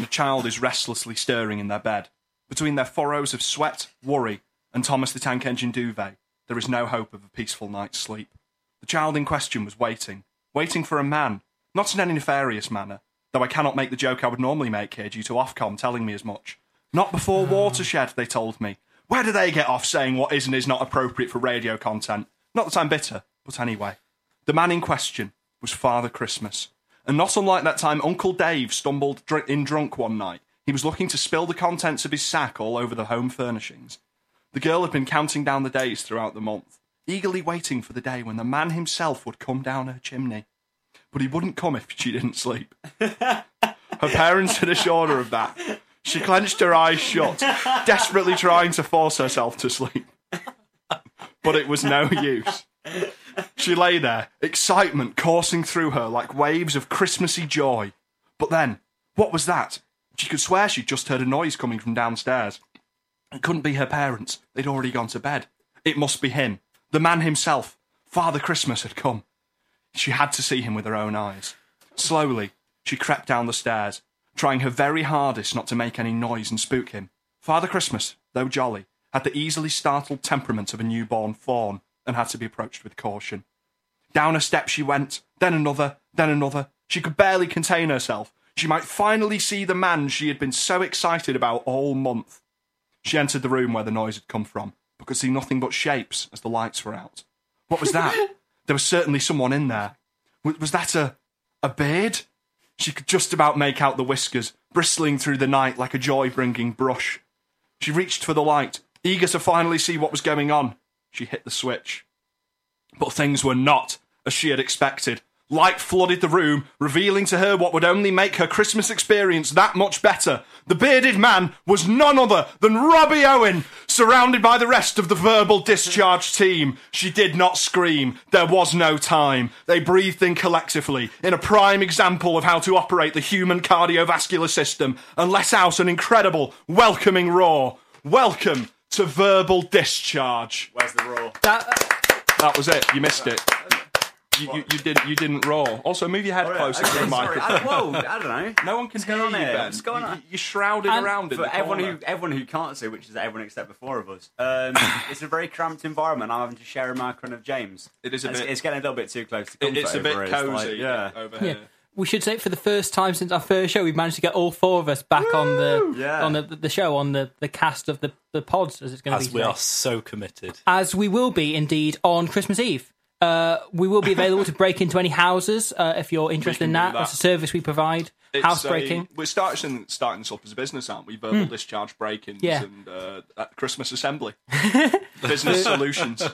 the child is restlessly stirring in their bed. Between their furrows of sweat, worry, and Thomas the Tank Engine duvet, there is no hope of a peaceful night's sleep. The child in question was waiting, waiting for a man, not in any nefarious manner, though I cannot make the joke I would normally make here due to Ofcom telling me as much. Not before Watershed, they told me. Where do they get off saying what is and is not appropriate for radio content? Not that I'm bitter, but anyway. The man in question was Father Christmas. And not unlike that time Uncle Dave stumbled dr- in drunk one night, he was looking to spill the contents of his sack all over the home furnishings. The girl had been counting down the days throughout the month, eagerly waiting for the day when the man himself would come down her chimney. But he wouldn't come if she didn't sleep. Her parents had assured her of that. She clenched her eyes shut, desperately trying to force herself to sleep. But it was no use. She lay there, excitement coursing through her like waves of Christmassy joy. But then, what was that? She could swear she'd just heard a noise coming from downstairs. It couldn't be her parents. They'd already gone to bed. It must be him. The man himself. Father Christmas had come. She had to see him with her own eyes. Slowly, she crept down the stairs, trying her very hardest not to make any noise and spook him. Father Christmas, though jolly, had the easily startled temperament of a newborn fawn and had to be approached with caution. Down a step she went, then another, then another. She could barely contain herself. She might finally see the man she had been so excited about all month. She entered the room where the noise had come from, but could see nothing but shapes as the lights were out. What was that? there was certainly someone in there. W- Was that a a beard? She could just about make out the whiskers, bristling through the night like a joy bringing brush. She reached for the light, eager to finally see what was going on. She hit the switch. But things were not as she had expected. Light flooded the room, revealing to her what would only make her Christmas experience that much better. The bearded man was none other than Robbie Owen, surrounded by the rest of the verbal discharge team. She did not scream. There was no time. They breathed in collectively, in a prime example of how to operate the human cardiovascular system, and let out an incredible, welcoming roar. Welcome to verbal discharge. Where's the raw? That, That was it. You missed it. You, you, you didn't. You didn't roar. Also, move your head closer to the Oh, Sorry, microphone. I, whoa, I don't know. No one can hear going you, on here? Ben. What's going You- on? You're shrouded And around in For the everyone corner. who everyone who can't see, which is everyone except the four of us, um, it's a very cramped environment. I'm having to share a microphone of James. It is a it's, bit- It's getting a little bit too close to It- comfort. it's a over bit us, like, cosy yeah. over yeah. here. We should say for the first time since our first show, we've managed to get all four of us back on the Yeah. on the, the show on the, the cast of the, the pods as it's going to be. As we today. are so committed. as we will be indeed on Christmas Eve. Uh, we will be available to break into any houses uh, if you're interested can in do that. that. That's a service we provide. It's Housebreaking. a- we're starting starting this up as a business, aren't we? Verbal discharge break-ins Hmm. Yeah. and uh, at Christmas assembly. business solutions.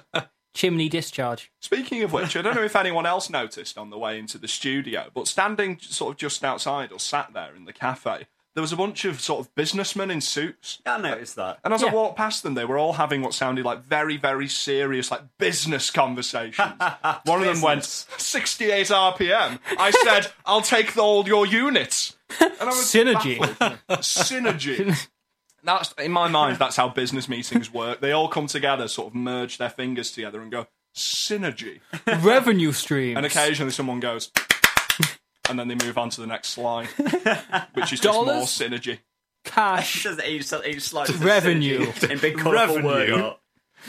chimney discharge. Speaking of which, I don't know if anyone else noticed on the way into the studio, but standing sort of just outside or sat there in the cafe, there was a bunch of sort of businessmen in suits. I noticed that. And as I Yeah. walked past them, they were all having what sounded like very, very serious, like business conversations. One of them went, 68 RPM. I said, I'll take all your units. And I was Synergy. baffled. Synergy. That's In my mind, that's how business meetings work. They all come together, sort of merge their fingers together and go, synergy. Revenue stream. And occasionally someone goes, and then they move on to the next slide, which is just more Dollars? synergy. Cash. Just each, each slide is a Revenue. synergy in big colourful word Revenue. art.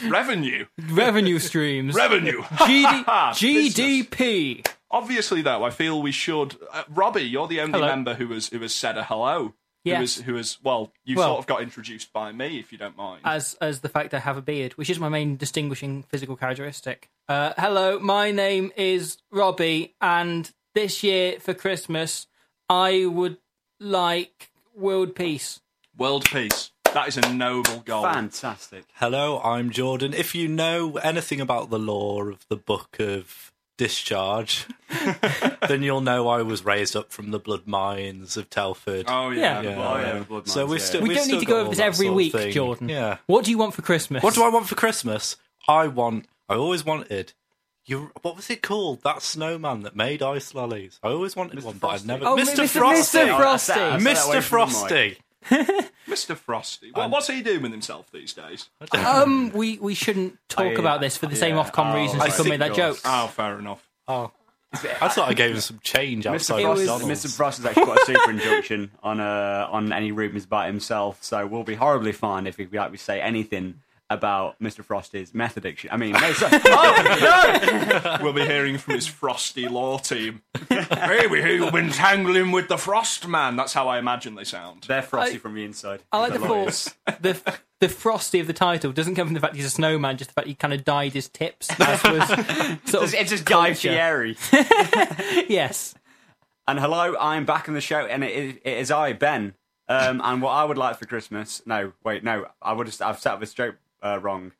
Revenue. revenue streams. Revenue. GD- Business. GDP. obviously though i feel we should uh, robbie you're the only Hello. member who has who has said a hello who Yes. has who has well you Well- Uh, sort of got introduced by me if you don't mind As as the fact I have a beard, which is my main distinguishing physical characteristic. Uh, hello, my name is Robbie, and this year for Christmas, I would like world peace. world peace that is a noble goal Fantastic. Hello, I'm Jordan. If you know anything about the law of the Book of Discharge, then you'll know I was raised up from the blood mines of Telford. oh yeah, Yeah. well, Oh, yeah, yeah. the blood So mines, we're yeah. still We we've don't still need to got go all over this that every sort of week, thing. Jordan. Yeah. What do you want for Christmas? What do I want for Christmas? I want. I always wanted. You. What was it called? That snowman that made ice lollies. I always wanted one, but I'd Frosty. never. Oh, Mr. Frosty. Oh, that's it, Frosty. that's it, that way Mr. from the mic. Frosty. mr frosty well, what's he doing with himself these days Um, we we shouldn't talk I- about this for the same yeah. Ofcom Oh, reasons I people think made that yours. joke. oh fair enough Oh, I thought I gave him some change Mr. outside It Frost, was- McDonald's. Mr. Frost has actually got a super injunction on uh, on any rumours about himself, so we'll be horribly fined if we like we say anything about Mr. Frost's meth addiction. I mean, no, sorry. oh no! We'll be hearing from his frosty law team. hey, we hear you've been tangling with the frost man. That's how I imagine they sound. They're frosty I- from the inside. I like the Lawyers. thoughts. The the frosty of the title doesn't come from the fact he's a snowman, just the fact he kind of dyed his tips. As was sort of, It's just Guy Culture. Fieri. yes, And hello, I'm back on the show, and it is, it is I, Ben. Um, and what I would like for Christmas? No, wait, no, I would have. I've set up this joke uh, wrong.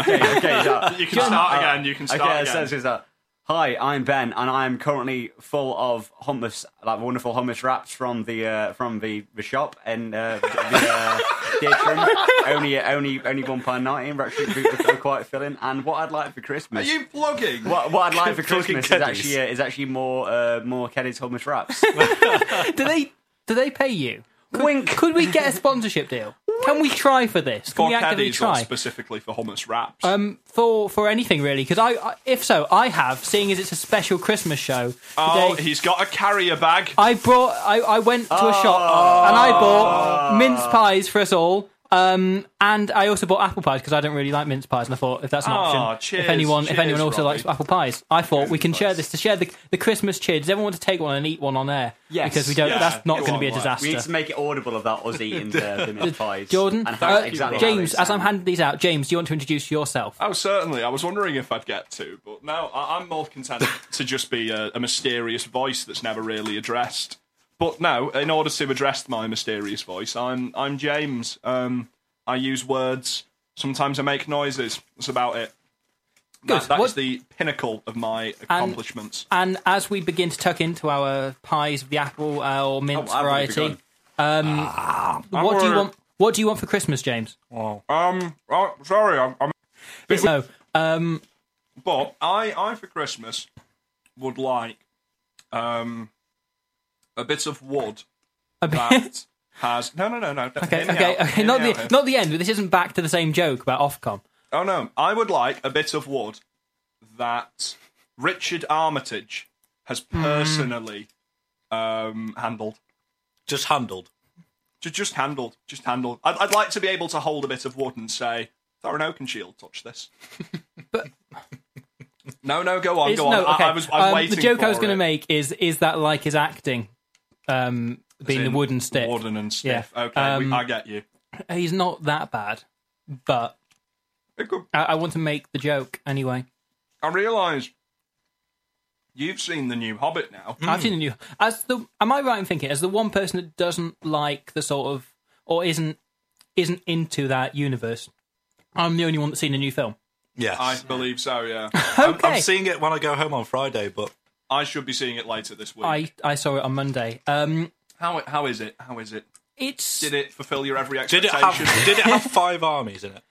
Okay, okay, so- You can start again. You can start okay, again. so it says that. Hi, I'm Ben, and I'm currently full of hummus, like wonderful hummus wraps from the uh, from the, the shop in uh, the uh, Deertrim. only only only one pound nineteen. They're Actually, they're quite filling. And what I'd like for Are Christmas. you plugging? what, what I'd like for Fucking Christmas is Keddies. actually uh, is actually more uh, more Kenny's hummus wraps. do they do they pay you? Could, Wink. Could we get a sponsorship deal? Can we try for this? Can For we actively caddies or try? specifically for hummus wraps? Um, for for anything really, because I, I if so, I have seeing as it's a special Christmas show. oh, today- he's got a carrier bag. I brought. I, I went to a Oh. shop and I bought mince pies for us all. Um, and I also bought apple pies because I don't really like mince pies, and I thought if that's an Ah, option, cheers, if anyone, if anyone cheers, also Robbie. likes apple pies, I thought we can share pies. this to share the, the Christmas cheer. Does everyone want to take one and eat one on air? Yes, because we don't. yeah, that's not go going to on, be a Mike. disaster. We need to make it audible about us eating uh, the, the mince pies. Jordan, and how uh, exactly how James, they as I'm sound. handing these out, James, do you want to introduce yourself? Oh, certainly. I was wondering if I'd get to, but no, I- I'm more content to just be a, a mysterious voice that's never really addressed. But no, in order to address my mysterious voice, I'm I'm James. Um, I use words. Sometimes I make noises. That's about it. Good. That, that What- is the pinnacle of my accomplishments. And as we begin to tuck into our pies of the apple uh, or Oh, mince I've already variety, um, begun. what do you already- want? What do you want for Christmas, James? Um, oh, sorry, I'm, I'm No, um, But I, I for Christmas would like um a bit of wood a bit. that has no no no no. don't- Okay, hear me okay, out, okay. hear Not me the out here. not the end. But this isn't back to the same joke about Ofcom. Oh no, I would like a bit of wood that Richard Armitage has Hmm. personally um handled. Just handled. Just, just handled, just handled. I'd, I'd like to be able to hold a bit of wood and say, "Thorin Oakenshield, touch this." But- no, no, go on, It's- go on. no, okay. I, I was, I'm Um, waiting. the joke I was for going to it. make is is that like his acting, um, being the in wooden stick. Warden and stiff. Yeah. Okay, Um, we, I get you. He's not that bad, but It could- I, I want to make the joke anyway. I realise you've seen the new Hobbit now. I've seen a new. As the am I right in thinking as the one person that doesn't like the sort of or isn't isn't into that universe, I'm the only one that's seen a new film. Yes. I believe so. Yeah, Okay, I'm seeing it when I go home on Friday, but I should be seeing it later this week. I I saw it on Monday. Um, How how is it? How is it? it's Did it fulfill your every did it expectation? have did it have five armies in it?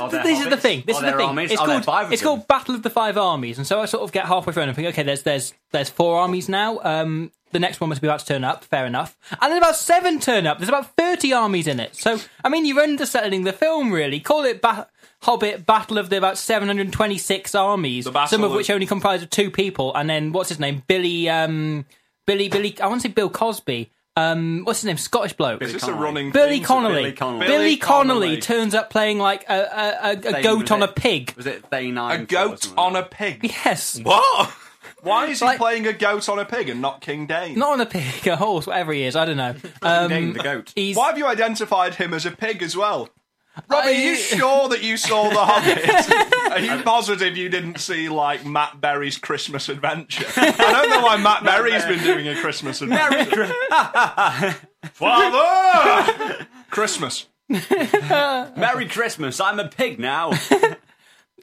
Are there this is the hobbits? thing. This Are Oh, is the there thing. armies? It's Are there called five of it's them? called Battle of the Five Armies, and so I sort of get halfway through and I think, okay, there's there's there's four armies now. Um, the next one must be about to turn up. Fair enough. And then about seven turn up. There's about thirty armies in it. So I mean, you're underselling the film really. Call it ba- Hobbit Battle of the about seven hundred twenty six armies, Battle some of of- which only comprise of two people, and then what's his name, Billy, um, Billy, Billy. I want to say Bill Cosby. Um, what's his name? Scottish bloke. Is this a Connolly. running Billy theme to Connolly. Billy Connolly. Billy Billy Connolly Connolly. turns up playing like a, a, a, a Thane, goat was on a it? pig. Was it Thane A Ironfall or goat something? on a pig. Yes. What? Why is he Like- playing a goat on a pig and not King Dane? Not on a pig, a horse, whatever he is, I don't know. Dane Um, the goat. he's, Why have you identified him as a pig as well? Robbie, are I- you sure that you saw The Hobbit? Are you positive you didn't see, like, Matt Berry's Christmas Adventure? I don't know why Matt Berry's been doing a Christmas Adventure. Father! Christmas. Merry Christmas! I'm a pig now.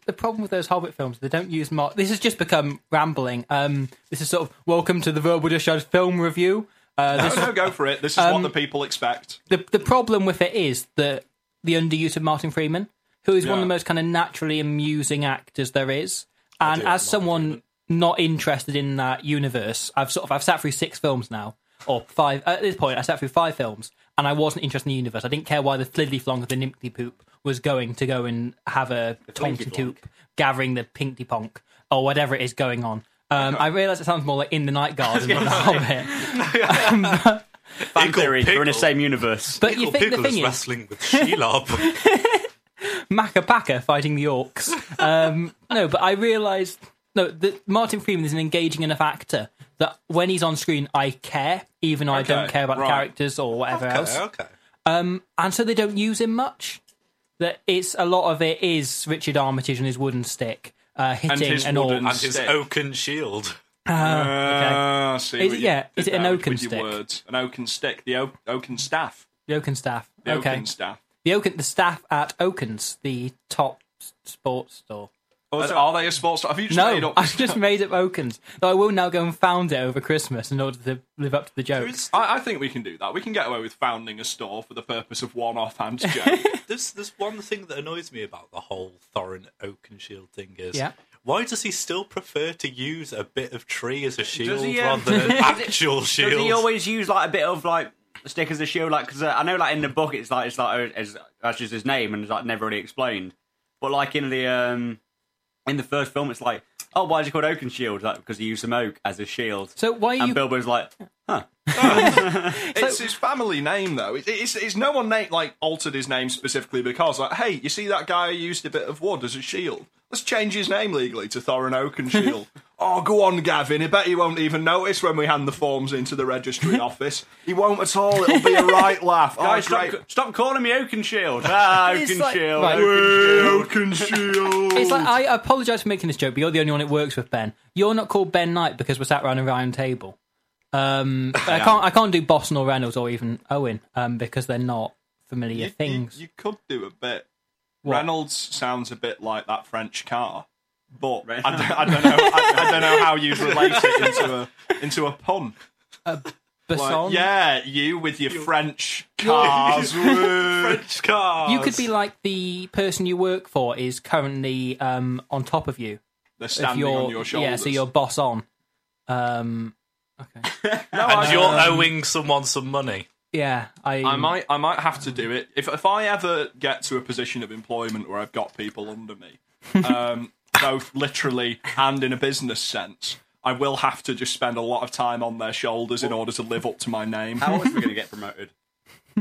the problem with those Hobbit films, they don't use much. This has just become rambling. Um, this is sort of welcome to the Verbal Discharge film review. Uh, No, this, no, go for it. This is what Um, the people expect. the the problem with it is that the underuse of Martin Freeman, who is one of Yeah. the most kind of naturally amusing actors there is, and do like as Martin someone Freeman. not interested in that universe, I've sort of I've sat through six films now or five at this point. I sat through five films, and I wasn't interested in the universe. I didn't care why the fliddly flong of the nimpty poop was going to go and have a flinty tonkatoop gathering the pinkty ponk or whatever it is going on. Um, I realise it sounds more like in the night guard than the Hobbit, Fan Pickle, theory. We're in the pickle. same universe. but you Pickle think Pickle the thing is is wrestling with Shelob. Macapaca fighting the orcs. Um, no, but I realised no that Martin Freeman is an engaging enough actor that when he's on screen, I care, even though I don't Okay, care about the right. characters or whatever else. okay, Oh, okay. and so they don't use him much. That it's a lot of it is Richard Armitage and his wooden stick uh, hitting his an wooden- orc. And his Sick. oaken shield. Ah, I see oh, Is what it- you yeah, did is it an there oaken with your stick? Words. An oaken stick. The oak, oaken staff. The Oaken staff. The okay. oaken staff. The Oaken, the staff at Oaken's, the top s- sports store. Are- are they a sports? Have you just made No, up? I just made up Oaken's. Though I will now go and found it over Christmas in order to live up to the joke. There's, I, I think we can do that. We can get away with founding a store for the purpose of one offhand joke. there's, there's one thing that annoys me about the whole Thorin oaken shield thing is. Yeah. Why does he still prefer to use a bit of tree as a shield he, um, rather than an does he- actual shield? Does he always use like a bit of like stick as a shield? Like because uh, I know like in the book it's like it's like uh, as that's just his name and it's like never really explained. But like in the um in the first film, it's like oh why is he called Oak and Shield? Like because he used some oak as a shield. so why are and you? Oh, Bilbo's like It's his family name, though. It, it's, it's no one na- like altered his name specifically because, like, hey, you see that guy who used a bit of wood as a shield? Let's change his name legally to Thorin Oakenshield. oh, go on, Gavin. I bet he won't even notice when we hand the forms into the registry office. He won't at all. It'll be a right laugh. Oh, guys great. stop, stop calling me Oak and Shield. Ah, Oak It's and like- Shield. right. Oak and Shield. Oakenshield. It's like I apologise for making this joke, but you're the only one it works with, Ben. You're not called Ben Knight because we're sat around a round table. Um, but I can't. I can't do Boston or Reynolds or even Owen um, because they're not familiar you, things. You, you could do a bit. Reynolds sounds a bit like that French car, but I don't, I don't know. I, I don't know how you'd relate it into a into a pun. Like, Besson? yeah, you with your French cars. woo. French cars. You could be like the person you work for is currently um, on top of you. They're If standing you're on your shoulders. yeah, so you're boss on. Um, and you're owing someone some money. yeah, I, I might, I might have to do it if if I ever get to a position of employment where I've got people under me, um, both literally and in a business sense. I will have to just spend a lot of time on their shoulders in order to live up to my name. How else are we gonna get promoted?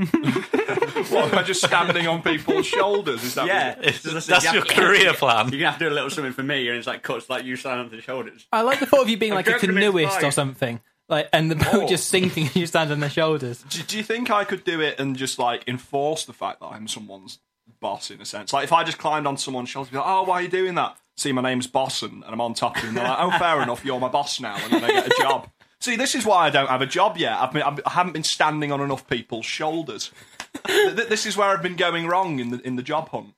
What, am I just standing on people's shoulders? Is that Yeah, what- So That's, you have your to- career plan. You're gonna have to do a little something for me, and it's like cuts like you stand on the shoulders. I like the thought of you being like a joking, it's canoeist or fine. something, like and the boat Oh. just sinking and you stand on their shoulders. Do, do you think I could do it and just like enforce the fact that I'm someone's boss in a sense? Like if I just climbed on someone's shoulders, be like, "Oh, why are you doing that?" See, my name's Boss, and, and I'm on top of you. And they're like, "Oh, fair enough, you're my boss now," and then I get a job. See, this is why I don't have a job yet. I've been, I've, I haven't been standing on enough people's shoulders. Th- th- this is where I've been going wrong in the in the job hunt.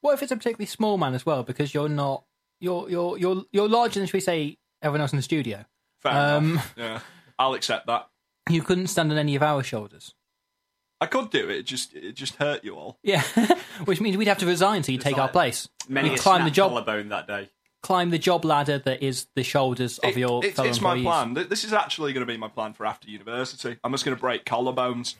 What if it's a particularly small man as well? Because you're not you're you're you're you're larger than should we say everyone else in the studio. Fair Um. enough. Yeah, I'll accept that. You couldn't stand on any of our shoulders. I could do it. It just it just hurt you all. Yeah, which means we'd have to resign so you take our like place. Many You'd a climb the snapped job, collarbone that day. climb the job ladder that is the shoulders of It- your it's, fellow it's my employees. plan. Th- This is actually going to be my plan for after university. I'm just going to break collarbones,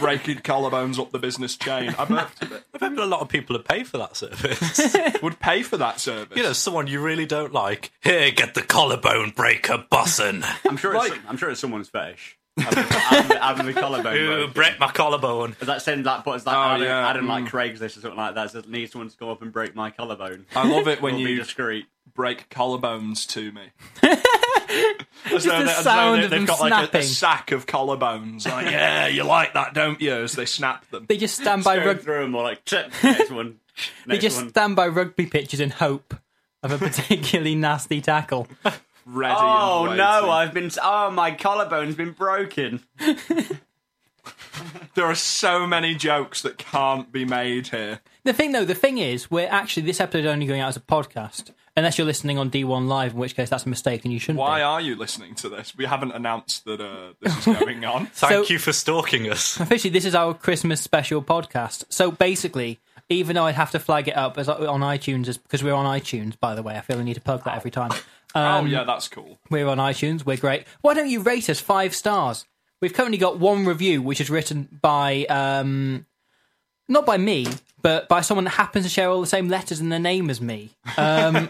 breaking collarbones up the business chain. I bet- I bet a lot of people would pay for that service. would pay for that service. you know, someone you really don't like. Here, get the collarbone breaker, bussin'. I'm sure. It's, I'm sure it's someone's fetish. Having, having, having the collarbone. Ooh, broken. break my collarbone. Does that send that puts that Oh, Adam, yeah, Adam like mm. Craig's list or something like that? Says need someone to come up and break my collarbone. I love it when We'll be you discreet. break collarbones to me. Just the sound of have them got like a- snapping. a, sack of collarbones. Like, yeah, you like that, don't you? As they snap them. They just stand by Go rug- through them or like tip, next one. they Next just one. stand by rugby pitches in hope of a particularly nasty tackle. Ready. Oh and no! waiting. I've been. Oh, my collarbone's been broken. There are so many jokes that can't be made here. The thing though, the thing is, we're actually this episode only going out as a podcast, unless you're listening on D1 Live, in which case that's a mistake and you shouldn't. Why Be. are you listening to this? We haven't announced that uh, this is going on. Thank So- you for stalking us. Officially, this is our Christmas special podcast. So basically, even though I'd have to flag it up as on iTunes, is because we're on iTunes. By the way, I feel I need to plug that every time. oh yeah, that's cool. We're on iTunes. We're great. Why don't you rate us five stars? We've currently got one review, which is written by um, not by me, but by someone that happens to share all the same letters in their name as me. Um,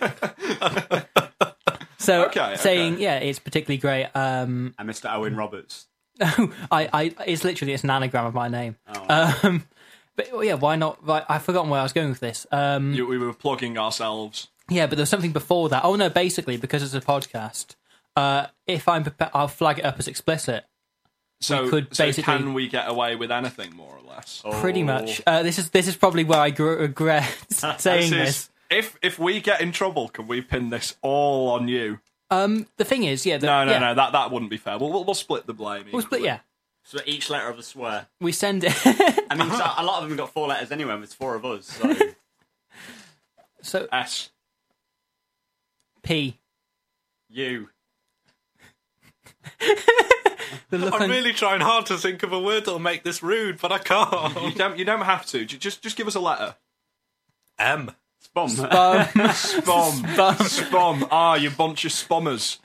So Okay, saying okay. yeah, it's particularly great. Um, and Mr. Owen Roberts. I, I, it's literally it's an anagram of my name. Oh, Um, but well, yeah, why not? Right, I've forgotten where I was going with this. Um, You- We were plugging ourselves. yeah, but there was something before that. Oh no, basically because it's a podcast. Uh, if I'm prepared, I'll flag it up as explicit. So, could so basically- can we get away with anything more or less? Pretty Oh. much. Uh, this is this is probably where I gr- regret This saying this. is- If if we get in trouble, can we pin this all on you? Um, the thing is, yeah, the, No, no, yeah, no. That that wouldn't be fair. We'll we'll, we'll split the blame. We'll split. equally. Yeah, So each letter of a swear. we send it. I mean, 'cause a lot of them got four letters anyway, and it's four of us. So. so S. P. you. Oh, The look I'm on, really trying hard to think of a word that'll make this rude, but I You can't. don't you don't have to. Ju- Just just give us a letter. M. Bomb. um, Spom. Spom. Ah, you bunch of spommers.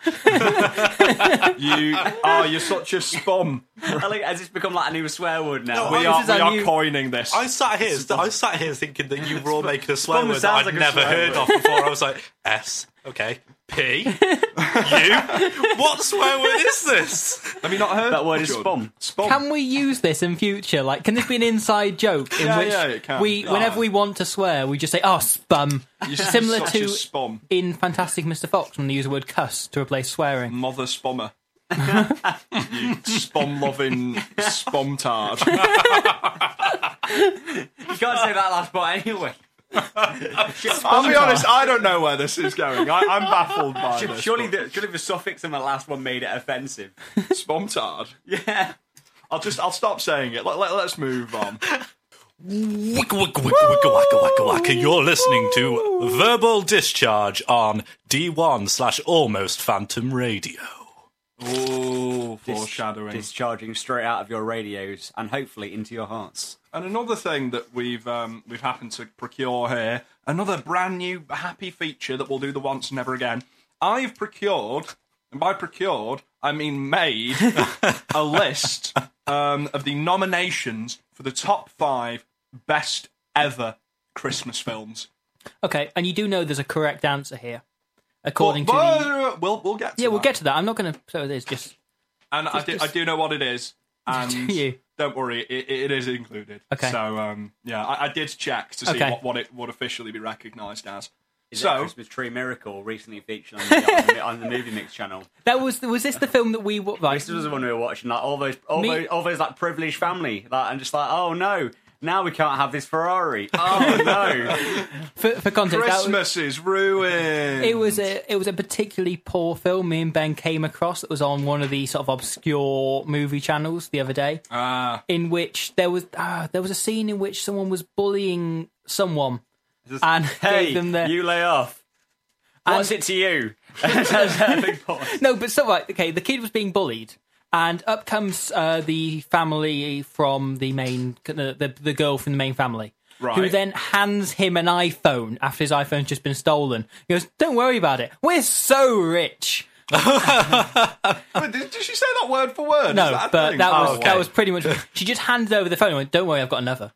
you ah, you're such a spom. I like, has this become like a new swear word now? No, We Oh, are this is we our are new- coining this. I sat here. I sat here thinking that you were all making a swear Spum word that sounds I'd like a never swear heard word. of before. I was like, S. Okay. P. U. What swear word is this? Have you not heard Oh, That word is Jordan? Spom. can we use this in future? Like, can this be an inside joke in Yeah, which yeah, it can. we, Yeah. whenever we want to swear, we just say, "Oh, spum." You're Similar such to a spom. in Fantastic Mr. Fox when they use the word "cuss" to replace swearing. Mother spommer. you spom loving spomtard. You can't say that last part anyway. I'll be honest, I don't know where this is going. I, I'm baffled by this. Surely the, surely the suffix in the last one made it offensive. Spomtard. Yeah. I'll just I'll stop saying it. Let, let, let's move on. Wicka wicka wicka wicka wacka wacka wacka. You're listening to Verbal Discharge on D1 slash Almost Phantom Radio. Oh, foreshadowing. Discharging straight out of your radios and hopefully into your hearts. And another thing that we've um, we've happened to procure here, another brand new happy feature that we'll do the once and never again. I've procured, and by procured I mean made, a list um, of the nominations for the top five best ever Christmas films. Okay, and you do know there's a correct answer here, according But- to the. but we'll we'll get to Yeah, we'll that. get to that. I'm not going to. So it is just and I do, I do know what it is. And Do you? not worry, it, it is included. Okay. So um, yeah, I, I did check to see Okay. what, what it would officially be recognised as. Is it a so Christmas Tree Miracle recently featured on the, on the, on the Movie Mix channel? that was was this the film that we wa- right? This was the one we were watching, like all those, all, Me- those, all those like privileged family, like, and just like, oh no, now we can't have this Ferrari. Oh no, For, for context, that was, Christmas is ruined. It was a it was a particularly poor film me and Ben came across that was on one of the sort of obscure movie channels the other day, Ah, in which there was ah there was a scene in which someone was bullying someone. Just, And hey, gave them the- you lay off. What's And- it to you? That's a big pause. No, but so right, okay, the kid was being bullied, and up comes uh, the family from the main the, the the girl from the main family. Who Right. then hands him an iPhone after his iPhone's just been stolen? He goes, "Don't worry about it. We're so rich." Wait, did, did she say that word for word? No, Is that a but thing? that was Oh, okay. that was pretty much. She just handed over the phone and went, "Don't worry, I've got another."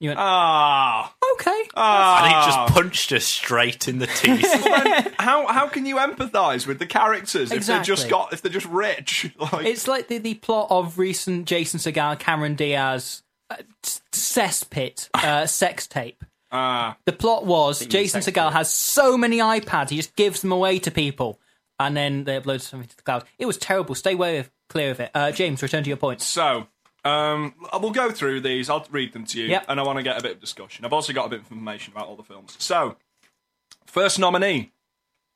You went, ah. "Okay." And he ah. just punched her straight in the teeth. how how can you empathise with the characters if they're Exactly. just got if they're just rich? Like, it's like the, the plot of recent Jason Segal, Cameron Diaz, uh, s- cesspit uh, sex tape. ah. The plot was you mean Jason sex Segal tape. has so many iPads, he just gives them away to people, and then they upload something to the cloud. It was terrible. Stay way of, clear of it. Uh, James, return to your points. So, um, we'll go through these. I'll read them to you, Yep. and I want to get a bit of discussion. I've also got a bit of information about all the films. So, first nominee,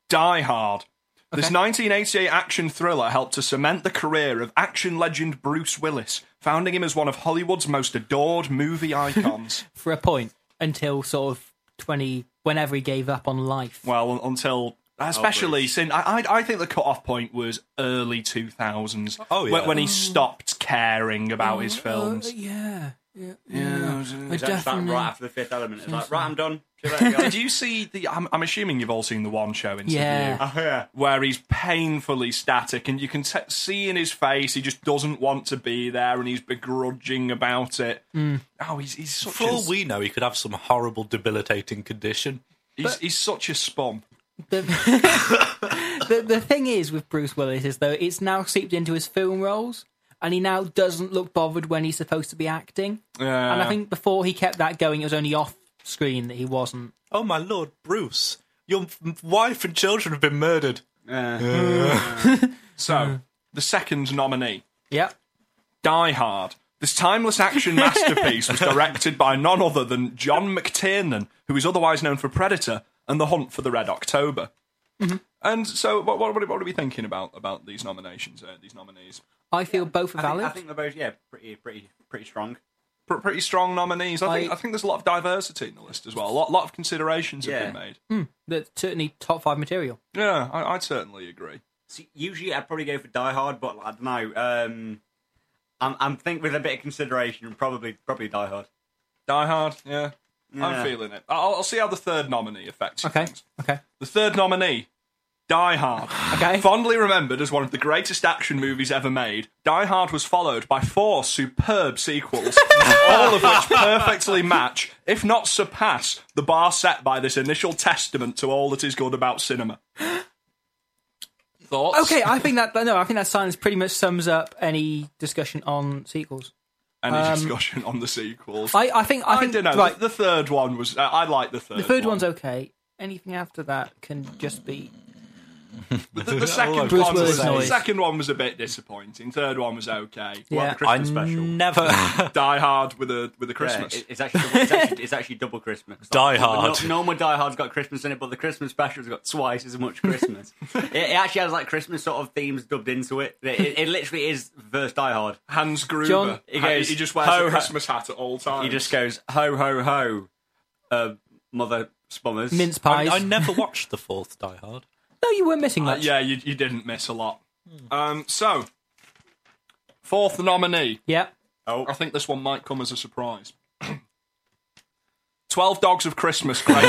Die Hard. This 1988 action thriller helped to cement the career of action legend Bruce Willis, founding him as one of Hollywood's most adored movie icons. For a point, until sort of twenty, whenever he gave up on life. well, un- until. Oh, Especially since I, I, I think the cut-off point was early 2000s. Oh, yeah. when, when he stopped caring about his films. Uh, yeah. Yeah, Yeah, it was- I It's like definitely- right after the fifth element. It's like, right, I'm done. See you later, guys. Did you see the? I'm, I'm assuming you've all seen the one show interview. Yeah. Oh, Where he's painfully static, and you can t- see in his face he just doesn't want to be there, and he's begrudging about it. Oh, he's he's such For all a we know, he could have some horrible, debilitating condition. he's, he's such a spom. the, the, the thing is with Bruce Willis is though it's now seeped into his film roles, and he now doesn't look bothered when he's supposed to be acting. Yeah. And I think before he kept that going, it was only off screen that he wasn't. Oh my lord, Bruce, your f- wife and children have been murdered. Uh, so. The second nominee, Yep. Die Hard. This timeless action masterpiece was directed by none other than John McTiernan, who is otherwise known for Predator and The Hunt for the Red October. And so, what, what, what are we thinking about about these nominations? Uh, these nominees, I feel both are I, think, valid. I think they're both yeah pretty pretty pretty strong. Pr- pretty strong nominees. I think I- I think there's a lot of diversity in the list as well. A lot lot of considerations have been Yeah. made. That's certainly top five material. Yeah, I, I'd certainly agree. See, usually I'd probably go for Die Hard, but I don't know. Um, I'm I'm think with a bit of consideration, probably probably Die Hard. Die Hard, yeah, Yeah. I'm feeling it. I'll, I'll see how the third nominee affects you Okay. things. Okay. The third nominee, Die Hard. Okay. Fondly remembered as one of the greatest action movies ever made, Die Hard was followed by four superb sequels, all of which perfectly match, if not surpass, the bar set by this initial testament to all that is good about cinema. Thoughts? Okay, I think that no, I think that silence pretty much sums up any discussion on sequels. Any discussion on the sequels? I, I think I, I think don't know. right. The, the third one was. Uh, I like the third. The third one. one's okay. Anything after that can just be But the, the second Bruce one was. Willis The noise. second one was a bit disappointing. Third one was okay. Yeah. Well, the I Christmas special. never Die Hard with a with a Christmas. Yeah, it- it's, actually double, it's, actually, it's actually double Christmas. Die No- Hard. No, more Die Hard's got Christmas in it, but the Christmas special's got twice as much Christmas. it, it actually has like Christmas sort of themes dubbed into it. It, it, it literally is verse Die Hard. Hans Gruber. John- he, He goes, he just wears "Ho, a ho." Christmas hat at all times. He just goes ho ho ho, uh, mother spummers. mince I, pies. I never watched the fourth Die Hard. no, you weren't missing Uh, much. yeah, you, you didn't miss a lot. Hmm. Um, so fourth nominee. yeah. Oh. I think this one might come as a surprise. Twelve Dogs of Christmas, great.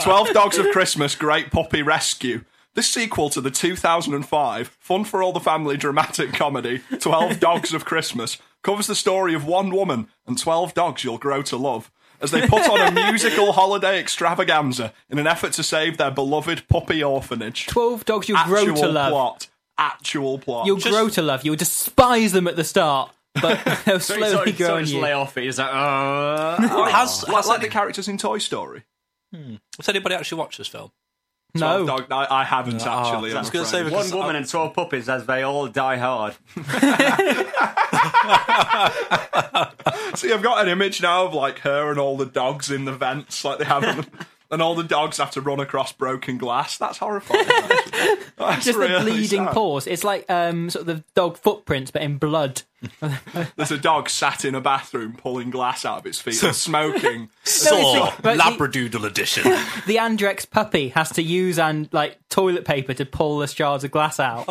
Twelve Dogs of Christmas, Great Puppy Rescue. This sequel to the 2005 fun for all the family dramatic comedy Twelve Dogs of Christmas covers the story of one woman and twelve dogs you'll grow to love as they put on a musical holiday extravaganza in an effort to save their beloved puppy orphanage. Twelve dogs you'll grow Actual to love. plot. Actual plot. You'll grow to love. You'll despise them at the start, but they'll So he slowly sort of- grow sort of on just you. lay off it. He's like, uh, like, Has- like, like the characters in Toy Story. Has anybody actually watched this film? no, Ah, Dog- I, I haven't actually. I I'm was gonna afraid. say one woman and twelve puppies as they all die hard. See, I've got an image now of like her and all the dogs in the vents, like they have, them, and all the dogs have to run across broken glass. That's horrifying. actually. That's just really the bleeding sad. paws. It's like um, sort of the dog footprints, but in blood. There's a dog sat in a bathroom pulling glass out of its feet, and smoking. Saw like- but Labradoodle edition. The Andrex puppy has to use and like toilet paper to pull the shards of glass out.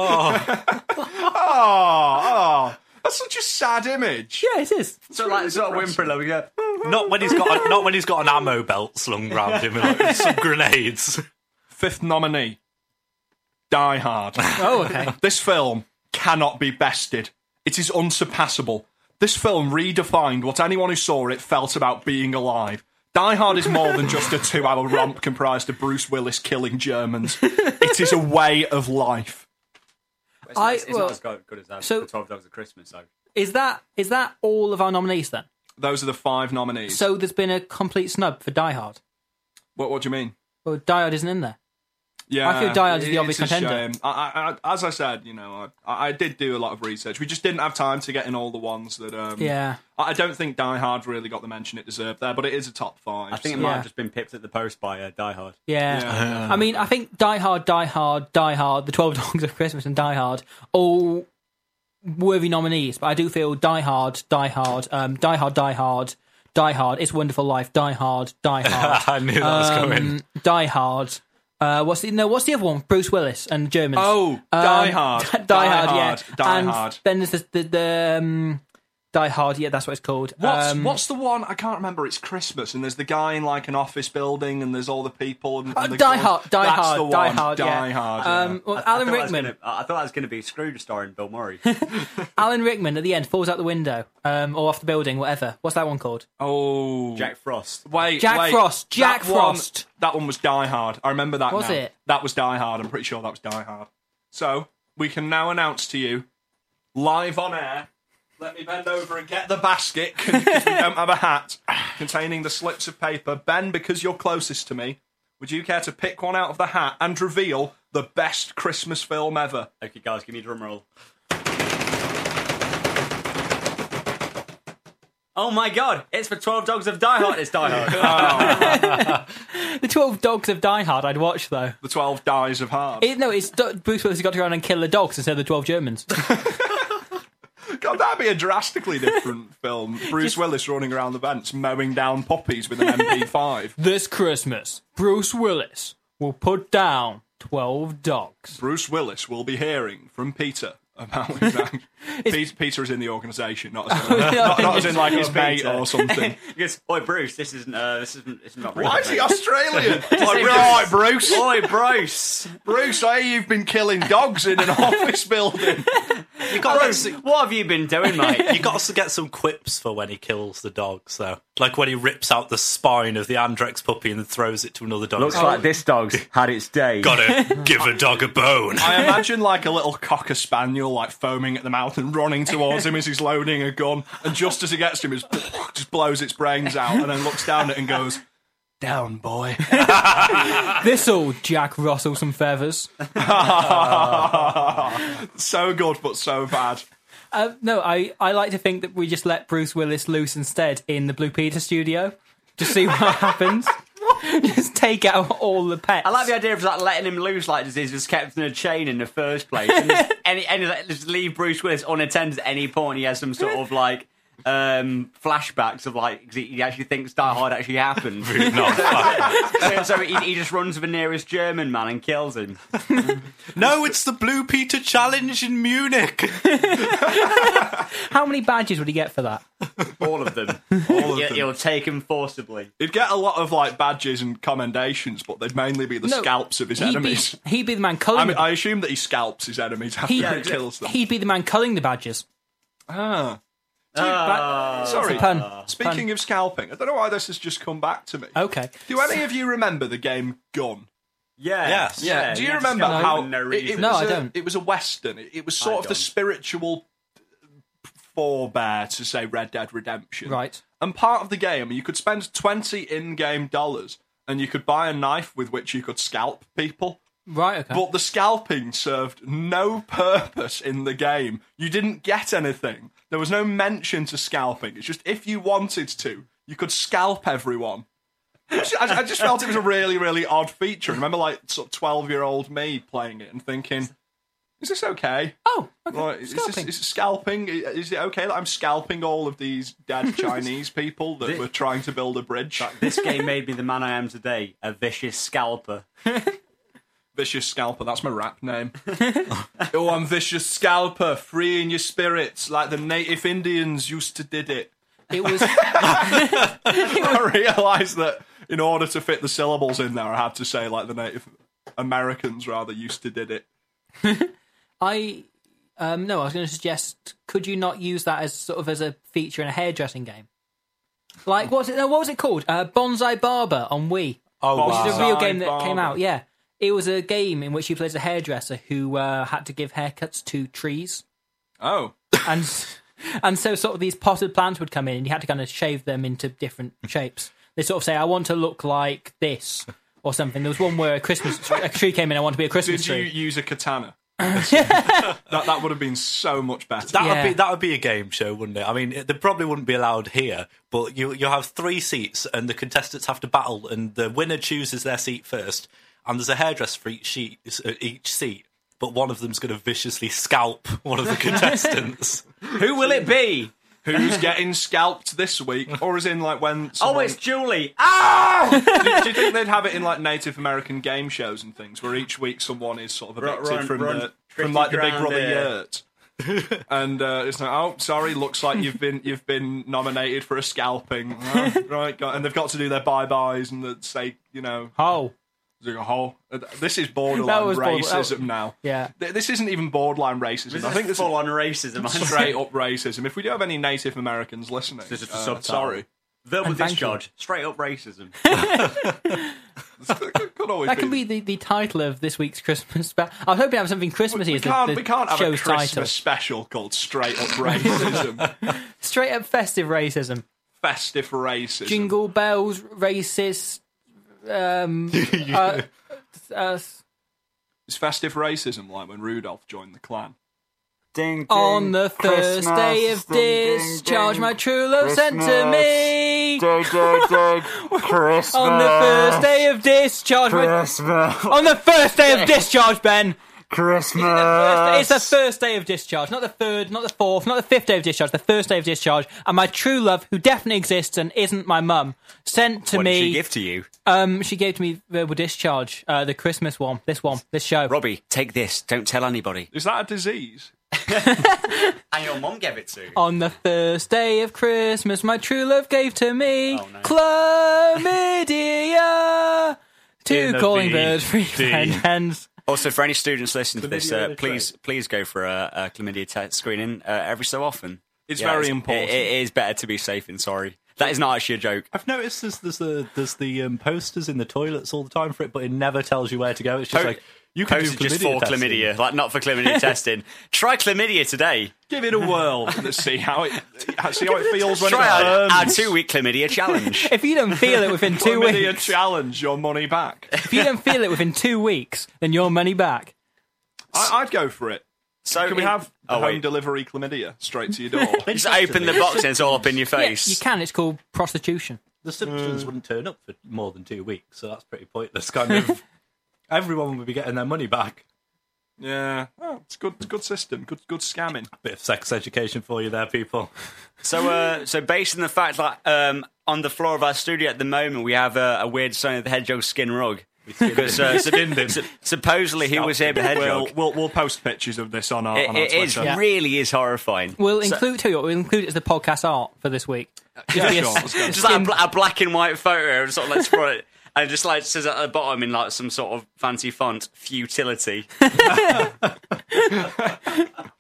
Oh, oh, Ah, that's such a sad image. Yeah, it is. So like sort of whimper, we go. not when he's got a, not when he's got an ammo belt slung round him and like, some grenades. Fifth nominee, Die Hard. Oh, okay. This film cannot be bested. It is unsurpassable. This film redefined what anyone who saw it felt about being alive. Die Hard is more than just a two hour romp comprised of Bruce Willis killing Germans. It is a way of life. It's not- I- it's well, not as good, good as that. so- the Twelve Dogs of Christmas. So Is that is that all of our nominees then? Those are the five nominees. So there's been a complete snub for Die Hard. what, what do you mean? Well, Die Hard isn't in there. Yeah, I feel Die Hard is the it's obvious a contender. shame. I, I, I- as I said, you know, I, I did do a lot of research. We just didn't have time to get in all the ones that. Um, Yeah. I I don't think Die Hard really got the mention it deserved there, but it is a top five. I think it so- might Yeah. have just been pipped at the post by uh, Die Hard. Yeah. Yeah. I mean, I think Die Hard, Die Hard, Die Hard, The Twelve Dogs of Christmas, and Die Hard all worthy nominees. But I do feel Die Hard, Die Hard, um, Die Hard, Die Hard, Die Hard, It's a Wonderful Life, Die Hard, Die Hard, I knew that was coming. um, Die Hard. Uh, what's the no? What's the other one? Bruce Willis and Germans. Um, Oh, Die Hard. Die, Hard, yeah. Die and Hard. Then there's the the, the um, Die Hard. Yeah, that's what it's called. What's, Um, what's the one? I can't remember. It's Christmas, and there's the guy in like an office building, and there's all the people. And, and Oh, the Die guns. Hard, Die That's Hard, the one. Die Hard, Die yeah. Hard. yeah. Um, well, I Alan thought that was Rickman. gonna- I I thought that was going to be Scrooge starring Bill Murray. Alan Rickman at the end falls out the window um, or off the building, whatever. What's that one called? oh, Jack Frost. wait, Jack wait. Frost, Jack That one- Frost. that one was Die Hard. I remember that. Was now. it? That was Die Hard. I'm pretty sure that was Die Hard. So we can now announce to you, live on air. Let me bend over and get the basket 'cause we don't have a hat containing the slips of paper. Ben, because you're closest to me, would you care to pick one out of the hat and reveal the best Christmas film ever? Okay, guys, give me a drum roll. Oh my god, it's for 12 Dogs of Die Hard. It's Die Hard. Oh. The Twelve Dogs of Die Hard. I'd watch though. The Twelve Dies of Hard. It, no, it's Do- Bruce Willis has got to go around and kill the dogs instead of the twelve Germans. God, that'd be a drastically different film. Bruce Willis running around the vents mowing down poppies with an MP5. this Christmas, Bruce Willis will put down twelve dogs. Bruce Willis will be hearing from Peter about his act- Pe- Peter is in the organisation, not as in, not, not as in like his mate or something. He goes, Oi, Bruce, this isn't, uh, this isn't, this is not real. Why is he Australian? Like, Same right, as- Bruce. Oi, Bruce. Bruce, I hear you've been killing dogs in an office building. You got Bruce, what have you been doing, mate? You got to get some quips for when he kills the dogs, though. Like when he rips out the spine of the Andrex puppy and throws it to another dog. Looks like this dog's had its day. Gotta give a dog a bone. I imagine like a little cocker spaniel, like foaming at the mouth and running towards him as he's loading a gun, and just as he gets to him, it just blows its brains out, and then looks down at it and goes, "Down, boy." This'll Jack Russell some feathers. Oh. so good, but so bad. Uh, no, I, I like to think that we just let Bruce Willis loose instead in the Blue Peter studio to see what happens. just take out all the pets. I like the idea of like letting him loose, like just, he's just kept in a chain in the first place, and just, any, any, like, just leave Bruce Willis unattended at any point. He has some sort of like um flashbacks of like 'cause he he actually thinks Die Hard actually happened. so so he, he just runs to the nearest German man and kills him. no, it's the Blue Peter Challenge in Munich. How many badges would he get for that? All of them. All of He'll, them. he'll take him forcibly. He'd get a lot of like badges and commendations, but they'd mainly be the No, scalps of his he'd enemies. Be, he'd be the man culling. I mean, the, I assume that he scalps his enemies after he, he kills them. He'd be the man culling the badges. ah. Dude, Ah. ba- sorry. Uh, It's a pun. Speaking Pun. Oh. of scalping, I don't know why this has just come back to me. Okay. Do any of you remember the game Gun? Yeah. Yes. Do you remember just how for No it, it reason. No, was I a- don't. It was a western. It, it was I sort of the don't. spiritual forebear to say Red Dead Redemption. Right. And part of the game, you could spend twenty in-game dollars, and you could buy a knife with which you could scalp people. Right, okay. But the scalping served no purpose in the game. You didn't get anything. There was no mention to scalping. It's just if you wanted to, you could scalp everyone. I just- I I just felt it was a really, really odd feature. I remember, like, sort of 12 year old me playing it and thinking, is this okay? oh, okay. Like, is, this, Scalping. is it scalping? Is it okay that I'm scalping all of these dead Chinese people that were trying to build a bridge? This game made me the man I am today, a vicious scalper. Vicious Scalper, that's my rap name. oh, I'm Vicious Scalper, free in your spirits, like the native Indians used to did it. It was I realised that in order to fit the syllables in there, I had to say like the native Americans rather used to did it. I um no, I was going to suggest could you not use that as sort of as a feature in a hairdressing game? Like what's it? No, what was it called? Uh, Bonsai Barber on Wii. Oh, Wow. Which is a Bonsai real game that Barber. came out. Yeah, it was a game in which you played as a hairdresser who uh, had to give haircuts to trees, Oh. and and so sort of these potted plants would come in, and you had to kind of shave them into different shapes. They sort of say, "I want to look like this." Or something. There was one where a Christmas tree, a tree came in. I want to be a Christmas Did you tree. use a katana? that that would have been so much better. That Yeah. would be that would be a game show, wouldn't it? I mean, it- they probably wouldn't be allowed here, but you you have three seats, and the contestants have to battle, and the winner chooses their seat first, and there's a hairdresser for each sheet, each seat, but one of them's going to viciously scalp one of the contestants. Who will it be? Who's getting scalped this week? Or is in like when Oh, someone- it's Julie. Ah! do, do you think they'd have it in like Native American game shows and things, where each week someone is sort of evicted run- from run the 50 from like the Big grand Brother here. yurt? and uh, it's like, oh, sorry, looks like you've been you've been nominated for a scalping, Oh, right? God. And they've got to do their bye byes and they say, you know, Oh, do a whole. This is borderline was border- that was- racism now. yeah. Th- This isn't even borderline racism. I think this is full on racism. straight up racism. If we do have any Native Americans listening, This is a uh, subtitle. sorry, Verbal And thank discharge. Straight up racism. could always That could be the, the title of this week's Christmas special. I was hoping to have something Christmassy We as the, can't, the we can't have a show's Christmas title. special called Straight Up Racism. Straight up festive racism. Festive Racism. Jingle bells, racist. Um, uh, uh, Is Festive Racism like when Rudolph joined the clan? ding, ding, on the first day of discharge, my true love sent to me. Christmas. On the Uh, first day of discharge, my, Christmas. on the first day of discharge, Ben. Christmas. It's the first day of discharge, not the third, not the fourth, not the fifth day of discharge, the first day of discharge. And my true love, who definitely exists and isn't my mum, sent to What me. did she give to you? Um, she gave to me verbal discharge, uh, the Christmas one, this one, this show. Robbie, take this. Don't tell anybody. Is that a disease? And your mum gave it to. On the first day of Christmas, my true love gave to me Oh, no. chlamydia. Two In the calling V. bird, three D. friend hens. Also, for any students listening to this, Chlamydia in uh, the please please go for a, a chlamydia test screening uh, every so often. It's very important. It, it is better to be safe than sorry. That is not actually a joke. I've noticed there's there's the there's the um, posters in the toilets all the time for it, but it never tells you where to go. It's just Po- like you can do Posted Oh, just for chlamydia testing. chlamydia, like not for chlamydia testing. Try chlamydia today. Give it a whirl. Let's see how it see how it feels when Try it our, burns. our two week chlamydia challenge. If you don't feel it within two Chlamydia weeks, challenge your money back. if you don't feel it within two weeks, then your money back. I, I'd go for it. So Can we in- have the Oh home wait. delivery chlamydia straight to your door? Just open the box and it's all up in your Yeah, face. you can. It's called prostitution. The Mm. Simpsons wouldn't turn up for more than two weeks, so that's pretty pointless. Kind of, everyone would be getting their money back. yeah, oh, it's good. It's good system. Good, good scamming. Bit of sex education for you there, people. Oh, So, uh, so based on the fact that um, on the floor of our studio at the moment we have a, a weird Sonic the Hedgehog skin rug. Because uh, sup- sup- supposedly he was here, but We'll, Hedgehog. we'll we'll post pictures of this on our It, on our it is Twitter. really is horrifying. We'll So- Uh, include tell you what, we'll include it as the podcast art for this week. Yeah, Be a- sure, let's go. just like a, bla- a black and white photo, and sort of like spread it, and it just like says at the bottom in like some sort of fancy font, futility.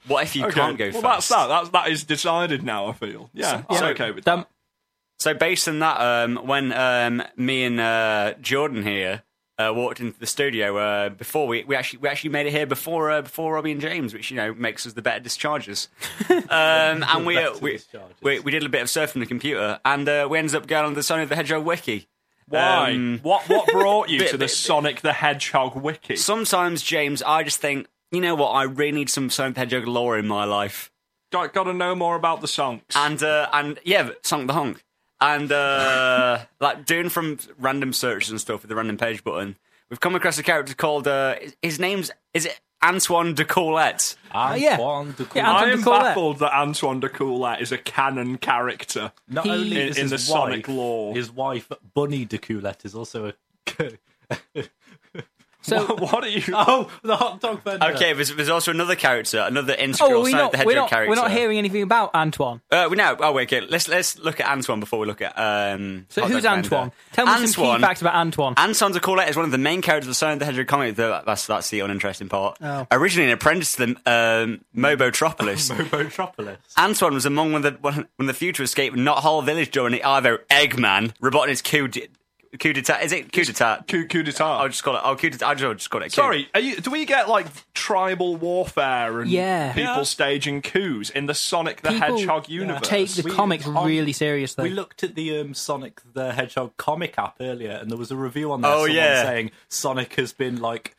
what if you can't go well, that's fast? that. That's, that is decided now. I feel. Yeah, it's yeah. okay with Done. So based on that, um, when um, me and uh, Jordan here uh, walked into the studio uh, before we, we actually we actually made it here before uh, before Robbie and James, which you know makes us the better dischargers. um, and we, uh, Better we, dischargers. we we did a bit of surfing on the computer, and uh, we ended up going on the Sonic the Hedgehog wiki. Why? Um, what what brought you bit- to the bit- Sonic the Hedgehog wiki? Sometimes James, I just think you know what, I really need some Sonic the Hedgehog lore in my life. Got, got to know more about the songs. and uh, and yeah, sunk the honk, and uh, like doing from random searches and stuff with the random page button. We've come across a character called uh, his name's is it Antoine de Colette. Antoine yeah. Yeah, de I Kool- Antoine am de Corlett. baffled that Antoine de Coulette is a canon character. Not He- only In- is in his the Sonic wife, lore. his wife Bunny de Coulette is also a. So What are you? oh, the hot dog vendor. Okay, there's, there's also another character, another integral Oh, we're Sonic not, the Hedgehog we're, not, character. we're not hearing anything about Antoine. Uh, we now. Oh wait, okay. Let's let's look at Antoine before we look at. Um, So Hot who's Dog Vendor. Antoine? Tell me some Antoine- key facts about Antoine. Anton de Corlett is one of the main characters of Sonic the Hedgehog comic. Though that's that's the uninteresting part. Oh. Originally an apprentice to the um, Mobotropolis, Mobotropolis. Antoine was among one of the one, one of the future escaped not whole village during the Ivo Eggman Robotnik's coup de, coup d'etat. Is it coup d'etat? Coup, coup d'etat. I'll just call it. I'll coup d'etat. I'll just- I'll just call it. coup. Sorry, are you, do we get like tribal warfare and Yeah. people Yeah. staging coups in the Sonic the People Hedgehog universe? Take the We- comics on- really seriously. We looked at the um, Sonic the Hedgehog comic app earlier, and there was a review on there. Oh, someone yeah. saying Sonic has been like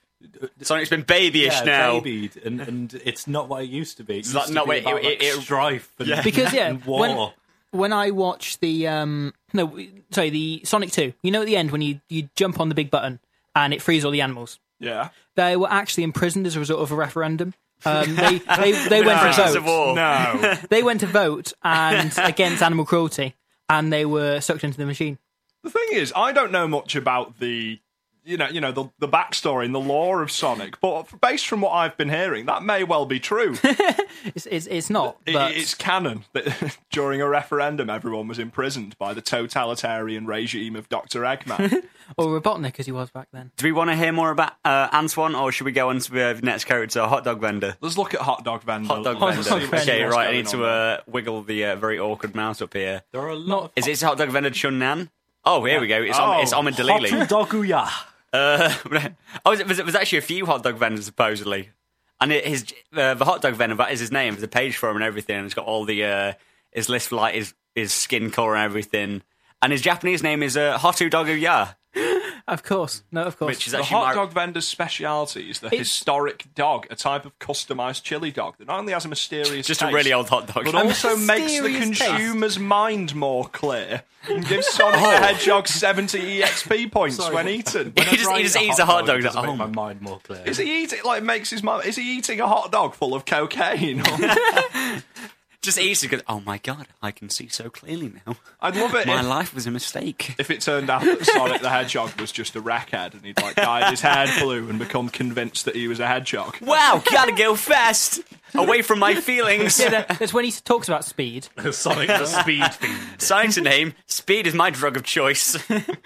Sonic's been babyish yeah, now. babied, and, and it's not what it used to be. It used like- to no, be wait, about, it- it- like, it- strife and, Because, yeah, and war. when- when I watch the um no w- sorry the Sonic Two, you know at the end when you you jump on the big button and it frees all the animals. Yeah. They were actually imprisoned as a result of a referendum. Um, they they, they went to Prisoners vote. of war. No. They went to vote and against animal cruelty, and they were sucked into the machine. the thing is, I don't know much about the you know, you know the, the backstory and the lore of Sonic, but based from what I've been hearing, that may well be true. It- It's, it's, it's not. But it's canon that during a referendum, everyone was imprisoned by the totalitarian regime of Doctor Eggman. or Robotnik as he was back then. Do we want to hear more about uh, Antoine, or should we go on to uh, the next character, Hot Dog Vendor? Let's look at hot dog vendor. Hot Dog Let's see Vendor. what's Okay, going right. I need on to uh, wiggle the uh, very awkward mouse up here. There are a lot. Is it Hot Dog Vendor Chun Nan? Oh, here we go. It's, Oh, Om- it's Ahmed Hot Dalili. Doguya. Uh, oh, it was, it was actually a few hot dog vendors supposedly, and it, his uh, the hot dog vendor that is his name. There's a page for him and everything, and it's got all the uh, his list for like his his skin color and everything. And his Japanese name is uh, Hotu Dogu Ya, Of course. No, of course. which is The actually hot my- dog vendor's speciality is the It's- historic dog, a type of customized chili dog that not only has a mysterious just a taste, really old hot dog. but also makes the mysterious taste. consumer's mind more clear and gives Sonic the Hedgehog 70 EXP points Sorry, when what- eaten. He just- he just eats a hot dog, Does like, make oh my my- mind more clear. Is he eating like makes his mum? Is he eating a hot dog full of cocaine? just eats it 'cause, oh my god, I can see so clearly now. I'd love it My if, life was a mistake. if it turned out that Sonic the Hedgehog was just a rackhead and he'd like dyed his hair blue and become convinced that he was a hedgehog. Wow, gotta go fast away from my feelings. Yeah, that- that's when he talks about speed. Sonic the Speed Fiend? Science and aim, speed is my drug of choice.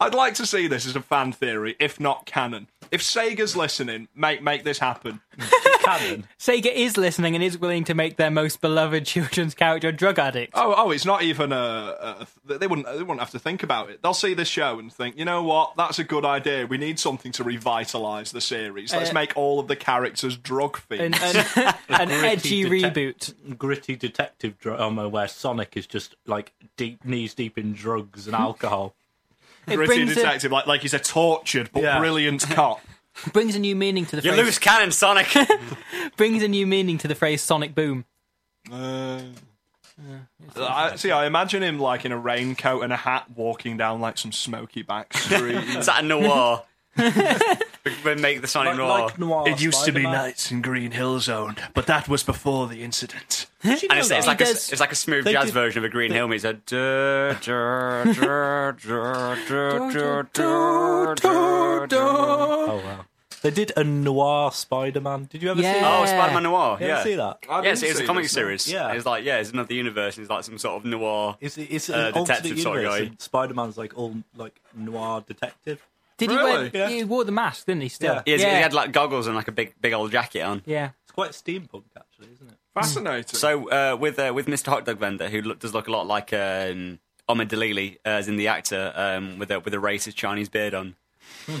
I'd like to see this as a fan theory, if not canon. If Sega's listening, make make this happen. Cannon. Sega is listening and is willing to make their most beloved children's character a drug addict. Oh, oh, it's not even a. a they wouldn't. They wouldn't have to think about it. They'll see this show and think, you know what? That's a good idea. We need something to revitalise the series. Let's Uh, make all of the characters drug fiends. An, an, an edgy detec- reboot. Gritty detective drama where Sonic is just like deep knees deep in drugs and alcohol. It Gritty brings a, detective, like like he's a tortured but Yeah. brilliant cop. brings a new meaning to the You phrase. lose cannon, Sonic. Brings a new meaning to the phrase "sonic boom." Uh, I, see, I imagine him like in a raincoat and a hat, walking down like some smoky back street. Is that a noir? we we make the Sonic noir. noir Spider-Man. in Green Hill Zone, but that was before the incident. Did you and know it's, it's that? like a, does- it's like a smooth They jazz did- version of a Green Hill. It's a duh, duh, duh, duh, duh, duh, duh, duh, duh. Oh wow. They did a noir Spider-Man. Did you ever see Yeah. that? Oh, Spider-Man Noir. You ever Yeah, see that? Yes, it's a comic series. Yeah. it's like yeah, it's another universe. It's like some sort of noir. It's, it's Uh, an alternate detective sort of universe. guy. and Spider-Man's like all like noir detective. Did Really? he wear? Yeah. He wore the mask, didn't he? Still, Yeah. He, has- yeah. he had like goggles and like a big big old jacket on. Yeah. It's quite steampunk actually, isn't it? Fascinating. So uh, with uh, with Mr. Hot Dog Vendor, who look, does look a lot like um, Ahmed Dalili, uh, as in the actor, um, with a with a racist Chinese beard on. Um, he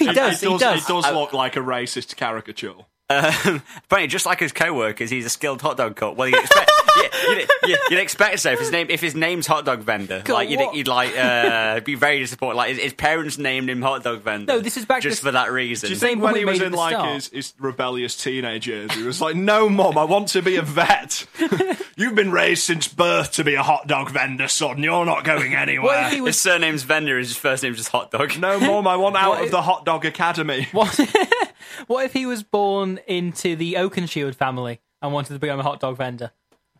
it He does. It does look like a racist caricature. Um, apparently, just like his co-workers, he's a skilled hot dog cook. Well, you'd expect, yeah, you'd, you'd- you'd expect so. If his name, if his name's hot dog vendor, God, like you'd, what? you'd like uh, be very disappointed. Like his, his parents named him hot dog vendor. No, this is back just to- for that reason. Do you think- when we he was made at in the like start. his, his rebellious teenage years, he was like, "No, mom, I want to be a vet. You've been raised since birth to be a hot dog vendor, son. You're not going What anywhere." if he his was? surname's vendor? His first name's just hot dog. no, mom, I want out What of if- the hot dog academy. What, what if he was born into the Oakenshield family and wanted to become a hot dog vendor?